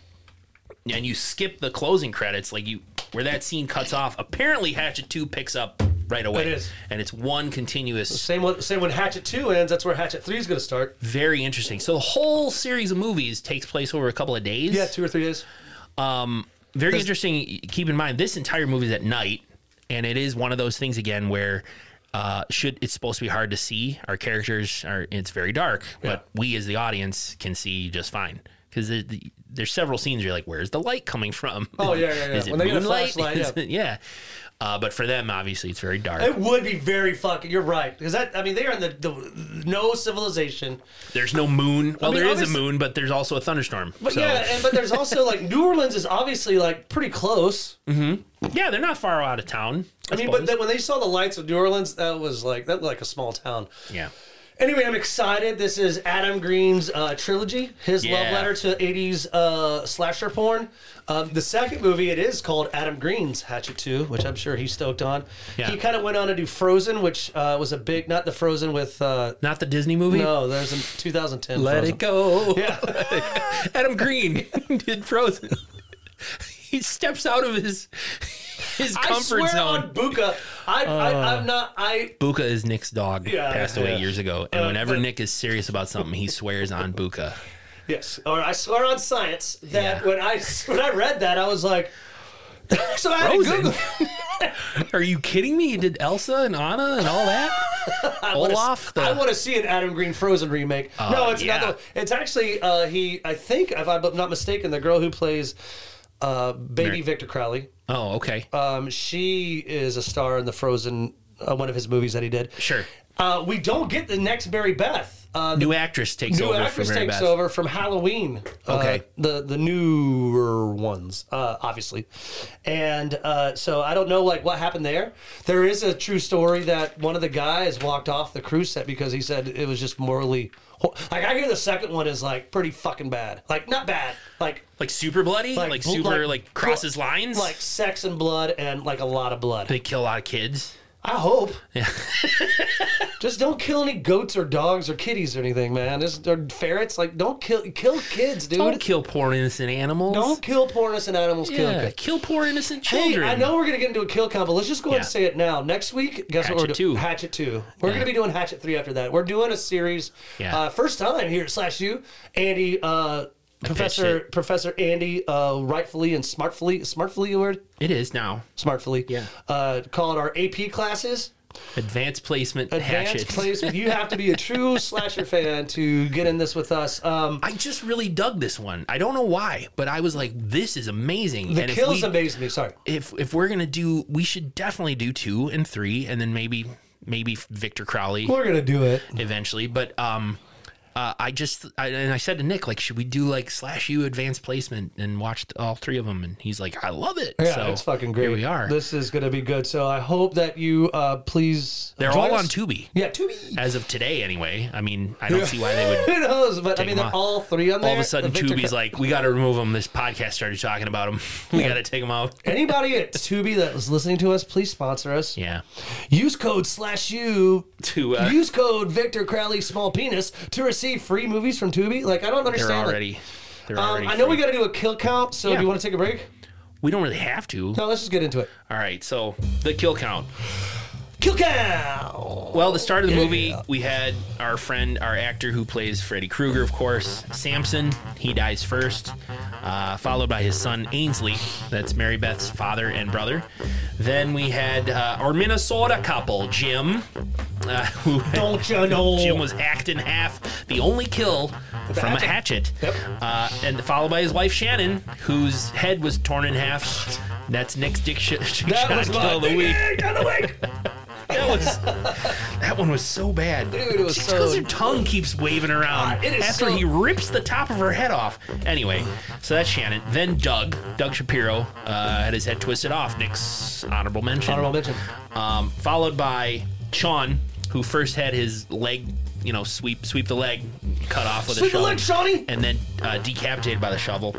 Speaker 1: and you skip the closing credits like you where that scene cuts off, apparently Hatchet 2 picks up right away.
Speaker 2: It is.
Speaker 1: And it's one continuous
Speaker 2: Same with same when Hatchet two ends. That's where Hatchet three is going to start.
Speaker 1: very interesting. So the whole series of movies takes place over a couple of days.
Speaker 2: Yeah, two or three days.
Speaker 1: very interesting. Keep in mind, this entire movie is at night, and it is one of those things again where uh, should it's supposed to be hard to see. Our characters are it's very dark, but we as the audience can see just fine because the, the- there's several scenes you're like, where's the light coming from?
Speaker 2: Oh, yeah, yeah, yeah.
Speaker 1: Is it
Speaker 2: When they get a
Speaker 1: moonlight?
Speaker 2: flashlight,
Speaker 1: Is
Speaker 2: yeah.
Speaker 1: it- yeah. Uh, but for them, obviously, it's very dark.
Speaker 2: It would be very fucking. You're right because that. I mean, they are in the, the no civilization.
Speaker 1: There's no moon. Well,
Speaker 2: mean,
Speaker 1: there is a
Speaker 2: obviously-
Speaker 1: moon, but there's also a thunderstorm.
Speaker 2: But
Speaker 1: so,
Speaker 2: yeah, and, but there's also like New Orleans is obviously like pretty close.
Speaker 1: yeah, they're not far out of town.
Speaker 2: I mean, but
Speaker 1: suppose.
Speaker 2: then when they saw the lights of New Orleans, that was like that looked like a small town.
Speaker 1: yeah,
Speaker 2: Anyway, I'm excited. This is Adam Green's uh, trilogy, his
Speaker 1: Yeah.
Speaker 2: love letter to 80s uh, slasher porn. Um, the second movie, it is called Adam Green's Hatchet 2, which I'm sure he's stoked on.
Speaker 1: Yeah.
Speaker 2: He kind of went on to do Frozen, which uh, was a big, not the Frozen with, uh,
Speaker 1: not the Disney movie.
Speaker 2: no, there's a 2010
Speaker 1: Let
Speaker 2: Frozen.
Speaker 1: it go.
Speaker 2: Yeah.
Speaker 1: Adam Green did Frozen. he steps out of his his
Speaker 2: I
Speaker 1: comfort
Speaker 2: swear
Speaker 1: zone.
Speaker 2: on Buka, I, I,
Speaker 1: Uh.
Speaker 2: I'm not, I,
Speaker 1: Buka is Nick's dog.
Speaker 2: Yeah,
Speaker 1: passed away
Speaker 2: yeah.
Speaker 1: years ago. And
Speaker 2: Uh,
Speaker 1: whenever
Speaker 2: uh,
Speaker 1: Nick is serious about something, he swears on Buka.
Speaker 2: Yes, or I swear on science that
Speaker 1: Yeah.
Speaker 2: when I when I read that I was like, so I had to
Speaker 1: Frozen?
Speaker 2: Google.
Speaker 1: Are you kidding me? He did Elsa and Anna and all that. Olaf.
Speaker 2: I
Speaker 1: the- Uh,
Speaker 2: want to see an Adam Green Frozen remake. no, it's
Speaker 1: yeah.
Speaker 2: not. The, it's actually uh, he. I think if I'm not mistaken, the girl who plays uh, baby
Speaker 1: Mary-
Speaker 2: Victor Crowley.
Speaker 1: oh, okay.
Speaker 2: Um, she is a star in the Frozen uh, one of his movies that he did.
Speaker 1: Sure.
Speaker 2: Uh, we don't get the next Mary Beth. Uh, the
Speaker 1: New actress takes
Speaker 2: new
Speaker 1: over
Speaker 2: actress
Speaker 1: for Mary
Speaker 2: takes
Speaker 1: Beth.
Speaker 2: over from Halloween. uh,
Speaker 1: Okay.
Speaker 2: the the newer ones, uh, obviously, and uh, so I don't know like what happened there. There is a true story that one of the guys walked off the cruise set because he said it was just morally. hor- Like I hear the second one is like pretty fucking bad. Like not bad. Like
Speaker 1: Like super bloody? Like,
Speaker 2: Like bl-
Speaker 1: super
Speaker 2: like-
Speaker 1: like, crosses lines?
Speaker 2: like sex and blood and like a lot of blood.
Speaker 1: they kill a lot of kids.
Speaker 2: I hope. just don't kill any goats or dogs or kitties or anything, man. Just, or ferrets. Like don't kill kill kids, dude.
Speaker 1: Don't kill poor innocent animals.
Speaker 2: Don't kill poor innocent animals. Kill
Speaker 1: yeah,
Speaker 2: kids.
Speaker 1: kill poor innocent
Speaker 2: Hey,
Speaker 1: children.
Speaker 2: I know we're gonna get into a kill combo. Let's just go ahead
Speaker 1: Yeah.
Speaker 2: and say it now. Next week, guess what we're
Speaker 1: Hatchet two.
Speaker 2: doing? Hatchet two. We're gonna be doing Hatchet three after that. We're doing a series.
Speaker 1: Yeah.
Speaker 2: Uh, first time here at Slash U, Andy, uh, Professor
Speaker 1: it.
Speaker 2: Professor Andy, uh, rightfully and smartfully, smartfully a word,
Speaker 1: It is now.
Speaker 2: smartfully.
Speaker 1: Yeah.
Speaker 2: Uh, called our AP classes.
Speaker 1: Advanced placement
Speaker 2: Advanced
Speaker 1: hatchet.
Speaker 2: placement. You have to be a true slasher fan to get in this with us. Um,
Speaker 1: I just really dug this one. I don't know why, but I was like, this is amazing.
Speaker 2: the
Speaker 1: and
Speaker 2: kills
Speaker 1: if, we,
Speaker 2: amazed me. Sorry.
Speaker 1: if if we're gonna do we should definitely do two and three and then maybe maybe Victor Crowley
Speaker 2: We're gonna do it.
Speaker 1: eventually. But um uh, I just I, and I said to Nick like, should we do like slash U advanced placement and watch all three of them? And he's like, I love it.
Speaker 2: Yeah,
Speaker 1: so
Speaker 2: it's fucking great.
Speaker 1: Here we are.
Speaker 2: This is gonna be good. So I hope that you uh, please.
Speaker 1: They're
Speaker 2: join
Speaker 1: all
Speaker 2: us.
Speaker 1: on Tubi
Speaker 2: Yeah, Tubi.
Speaker 1: as of today, anyway. I mean, I don't see why they would.
Speaker 2: Who knows? But I mean,
Speaker 1: them
Speaker 2: they're
Speaker 1: off.
Speaker 2: all three on there.
Speaker 1: All of a sudden,
Speaker 2: The Victor
Speaker 1: Tubi's
Speaker 2: Cra-
Speaker 1: like, we got to remove them. This podcast started talking about them. We got to take them out.
Speaker 2: Anybody at Tubi that was listening to us, please sponsor us.
Speaker 1: Yeah.
Speaker 2: Use code slash you.
Speaker 1: To uh,
Speaker 2: Use code Victor Crowley Small Penis to receive free movies from Tubi. Like I don't
Speaker 1: They're
Speaker 2: understand. like-
Speaker 1: already. They're
Speaker 2: um,
Speaker 1: already.
Speaker 2: I know we
Speaker 1: free.
Speaker 2: got to do a kill count. So
Speaker 1: Yeah.
Speaker 2: do you want to take a break?
Speaker 1: We don't really have to.
Speaker 2: No, let's just get into it.
Speaker 1: All right. So the kill count.
Speaker 2: Kill count.
Speaker 1: Well, the start of the movie, we had our friend, our actor who plays Freddy Krueger, of course, Samson. He dies first, uh, followed by his son Ainsley. That's Mary Beth's father and brother. Then we had uh, our Minnesota couple, Jim uh, who
Speaker 2: Don't you know?
Speaker 1: Jim was hacked in half, the only kill from a hatchet,
Speaker 2: Yep.
Speaker 1: uh, and followed by his wife Shannon, whose head was torn in half. That's Nick's dick shit
Speaker 2: that was my
Speaker 1: kill of the
Speaker 2: big
Speaker 1: week.
Speaker 2: egg of the week.
Speaker 1: That was that one was so bad.
Speaker 2: Dude, it was
Speaker 1: Just
Speaker 2: so-
Speaker 1: because her tongue keeps waving around
Speaker 2: God, it is
Speaker 1: after
Speaker 2: so-
Speaker 1: he rips the top of her head off. Anyway, so that's Shannon. Then Doug, Doug Shapiro, uh, had his head twisted off. Nick's honorable mention.
Speaker 2: Honorable mention.
Speaker 1: Um, followed by Sean, who first had his leg, you know, sweep sweep the leg, cut off with a
Speaker 2: Sweep the
Speaker 1: shovel
Speaker 2: leg, Shawnee.
Speaker 1: and then uh, decapitated by the shovel.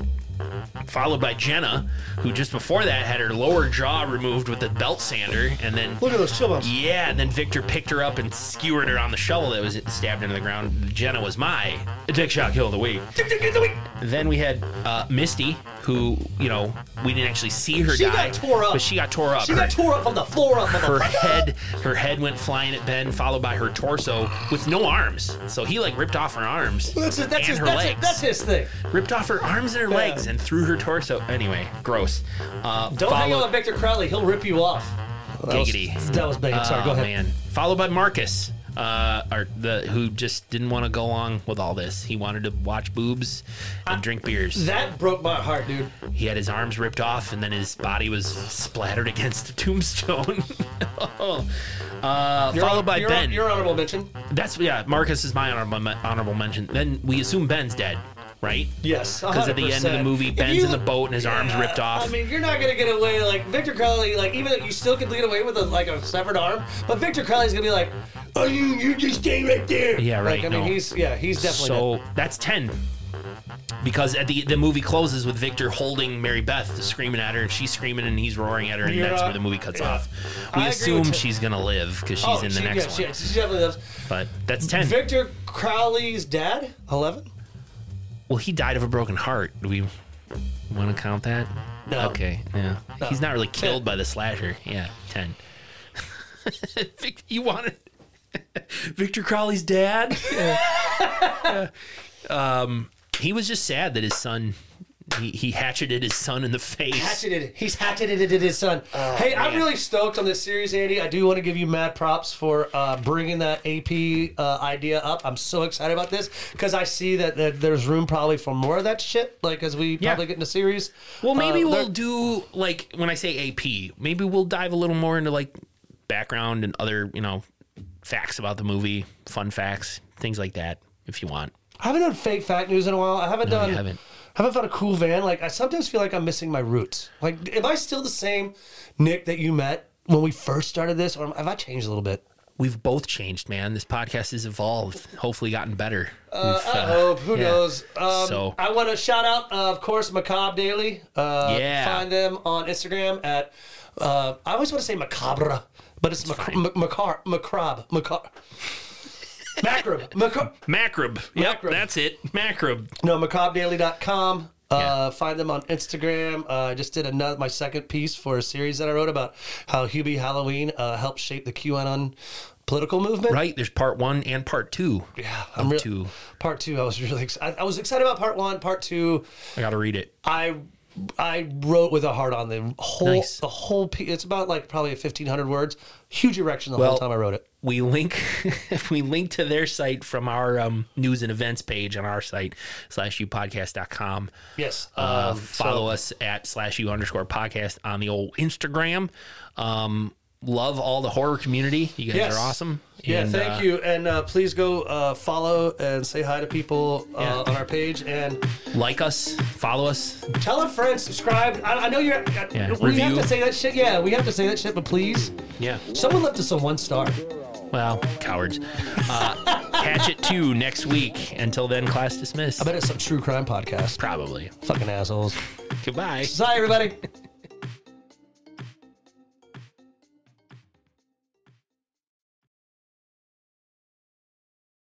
Speaker 1: Followed by Jenna, who just before that had her lower jaw removed with a belt sander, and then
Speaker 2: Look at those chill bumps.
Speaker 1: yeah, and then Victor picked her up and skewered her on the shovel that was stabbed into the ground. Jenna was my dick shot kill of the week.
Speaker 2: Dick, dick, dick of the week.
Speaker 1: Then we had uh, Misty, who you know we didn't actually see her
Speaker 2: She
Speaker 1: die,
Speaker 2: got tore up.
Speaker 1: but she got tore up.
Speaker 2: She
Speaker 1: her,
Speaker 2: got tore up from the floor up.
Speaker 1: her
Speaker 2: motherfucker.
Speaker 1: head, her head went flying at Ben, followed by her torso with no arms. So he like ripped off her arms
Speaker 2: That's his, that's
Speaker 1: and
Speaker 2: his,
Speaker 1: her
Speaker 2: that's,
Speaker 1: legs.
Speaker 2: his, that's his thing.
Speaker 1: Ripped off her arms and her legs and through her torso. Anyway, gross. Uh,
Speaker 2: Don't hang out
Speaker 1: followed-
Speaker 2: with Victor Crowley. He'll rip you off.
Speaker 1: Giggity.
Speaker 2: That was, that was big. Sorry, go
Speaker 1: Oh,
Speaker 2: ahead.
Speaker 1: man. Followed by Marcus, uh, or the who just didn't want to go along with all this. He wanted to watch boobs
Speaker 2: Uh,
Speaker 1: and drink beers.
Speaker 2: That broke my heart, dude.
Speaker 1: He had his arms ripped off, and then his body was splattered against the tombstone. Oh. uh,
Speaker 2: Your-
Speaker 1: followed by
Speaker 2: your-
Speaker 1: Ben.
Speaker 2: Your honorable mention.
Speaker 1: That's yeah. Marcus is my honorable honorable mention. Then we assume Ben's dead, right?
Speaker 2: Yes,
Speaker 1: Because at the end of the
Speaker 2: 100%.
Speaker 1: movie,
Speaker 2: If
Speaker 1: Ben's
Speaker 2: you-
Speaker 1: in the boat and his arms
Speaker 2: Yeah,
Speaker 1: ripped off.
Speaker 2: I mean, you're not gonna get away like Victor Crowley. Like even though you still could get away with a, like a severed arm, but Victor Crowley's gonna be like, "Oh, you you just stay right there."
Speaker 1: Yeah, right,
Speaker 2: Like, I mean,
Speaker 1: no.
Speaker 2: he's yeah, he's definitely
Speaker 1: so that's 10 because at the the movie closes with Victor holding Mary Beth screaming at her and she's screaming and he's roaring at her and
Speaker 2: You're
Speaker 1: that's
Speaker 2: not-
Speaker 1: where the movie cuts
Speaker 2: yeah.
Speaker 1: off.
Speaker 2: I
Speaker 1: We
Speaker 2: agree
Speaker 1: assume
Speaker 2: with you.
Speaker 1: she's going to live cuz she's
Speaker 2: dead.
Speaker 1: in the
Speaker 2: Oh, she-
Speaker 1: next
Speaker 2: yeah,
Speaker 1: one.
Speaker 2: She, she definitely does.
Speaker 1: but that's 10.
Speaker 2: Victor Crowley's dad, eleven.
Speaker 1: well, he died of a broken heart. Do we want to count that?
Speaker 2: No.
Speaker 1: Okay. Yeah. He's not really killed by the slasher. Yeah, 10. Vic- you wanted Victor Crowley's dad? um he was just sad that his son he, he hatcheted his son in the face.
Speaker 2: hatcheted. He's hatcheted it his son. hey, I'm
Speaker 1: man.
Speaker 2: really stoked on this series, Andy. I do want to give you mad props for uh, bringing that AP uh, idea up. I'm so excited about this because I see that, that there's room probably for more of that shit. Like as we
Speaker 1: Yeah.
Speaker 2: probably get into series.
Speaker 1: Well, maybe
Speaker 2: Uh,
Speaker 1: we'll
Speaker 2: there-
Speaker 1: do like when I say AP, maybe we'll dive a little more into like background and other, you know, facts about the movie, fun facts, things like that if you want.
Speaker 2: I haven't done fake fact news in a while. I haven't done.
Speaker 1: you haven't.
Speaker 2: haven't found a cool van. Like I sometimes feel like I'm missing my roots. Like, am I still the same Nick that you met when we first started this, or have I changed a little bit?
Speaker 1: We've both changed, man. This podcast has evolved, hopefully gotten better. We've,
Speaker 2: I
Speaker 1: uh,
Speaker 2: hope. Oh, Who
Speaker 1: yeah.
Speaker 2: knows? Um,
Speaker 1: So-
Speaker 2: I want to shout out, uh, of course, Macabre Daily. Uh,
Speaker 1: Yeah.
Speaker 2: Find them on Instagram at, uh, I always want to say Macabre, but it's, mac- mac- macar- Macabre. Macabre. Macabre. Macabre.
Speaker 1: Macrob. Yep,
Speaker 2: Macrob.
Speaker 1: that's it. Macrob.
Speaker 2: No, macabredaily.com. Uh,
Speaker 1: Yeah.
Speaker 2: Find them on Instagram. Uh, I just did another my second piece for a series that I wrote about how Hubie Halloween uh, helped shape the QAnon political movement.
Speaker 1: Right, there's part one and part two.
Speaker 2: Yeah,
Speaker 1: Of
Speaker 2: I'm real-
Speaker 1: two.
Speaker 2: Part two, I was really excited. I was excited about part one. Part two,
Speaker 1: I gotta read it.
Speaker 2: I I wrote with a heart on the whole
Speaker 1: Nice.
Speaker 2: the whole piece. It's about like probably fifteen hundred words. Huge erection the
Speaker 1: Well-
Speaker 2: whole time I wrote it.
Speaker 1: We link we link to their site from our um, news and events page on our site, slash upodcast.com.
Speaker 2: Yes.
Speaker 1: Uh,
Speaker 2: um,
Speaker 1: follow us at slash u underscore podcast on the old Instagram. Um, love all the horror community. You guys
Speaker 2: Yes.
Speaker 1: are awesome.
Speaker 2: Yeah,
Speaker 1: And,
Speaker 2: thank
Speaker 1: uh,
Speaker 2: you, and uh, please go uh, follow and say hi to people uh,
Speaker 1: Yeah.
Speaker 2: on our page, and
Speaker 1: Like us, follow us.
Speaker 2: tell a friend, subscribe. I, I know you're. I-
Speaker 1: Yeah,
Speaker 2: we have
Speaker 1: review.
Speaker 2: to say that shit. Yeah, we have to say that shit, but please,
Speaker 1: Yeah.
Speaker 2: someone left us a one star.
Speaker 1: Well, cowards. Uh, catch it too next week. Until then, class dismissed.
Speaker 2: I bet it's some true crime podcast.
Speaker 1: Probably.
Speaker 2: Fucking assholes.
Speaker 1: Goodbye.
Speaker 2: Sorry, everybody.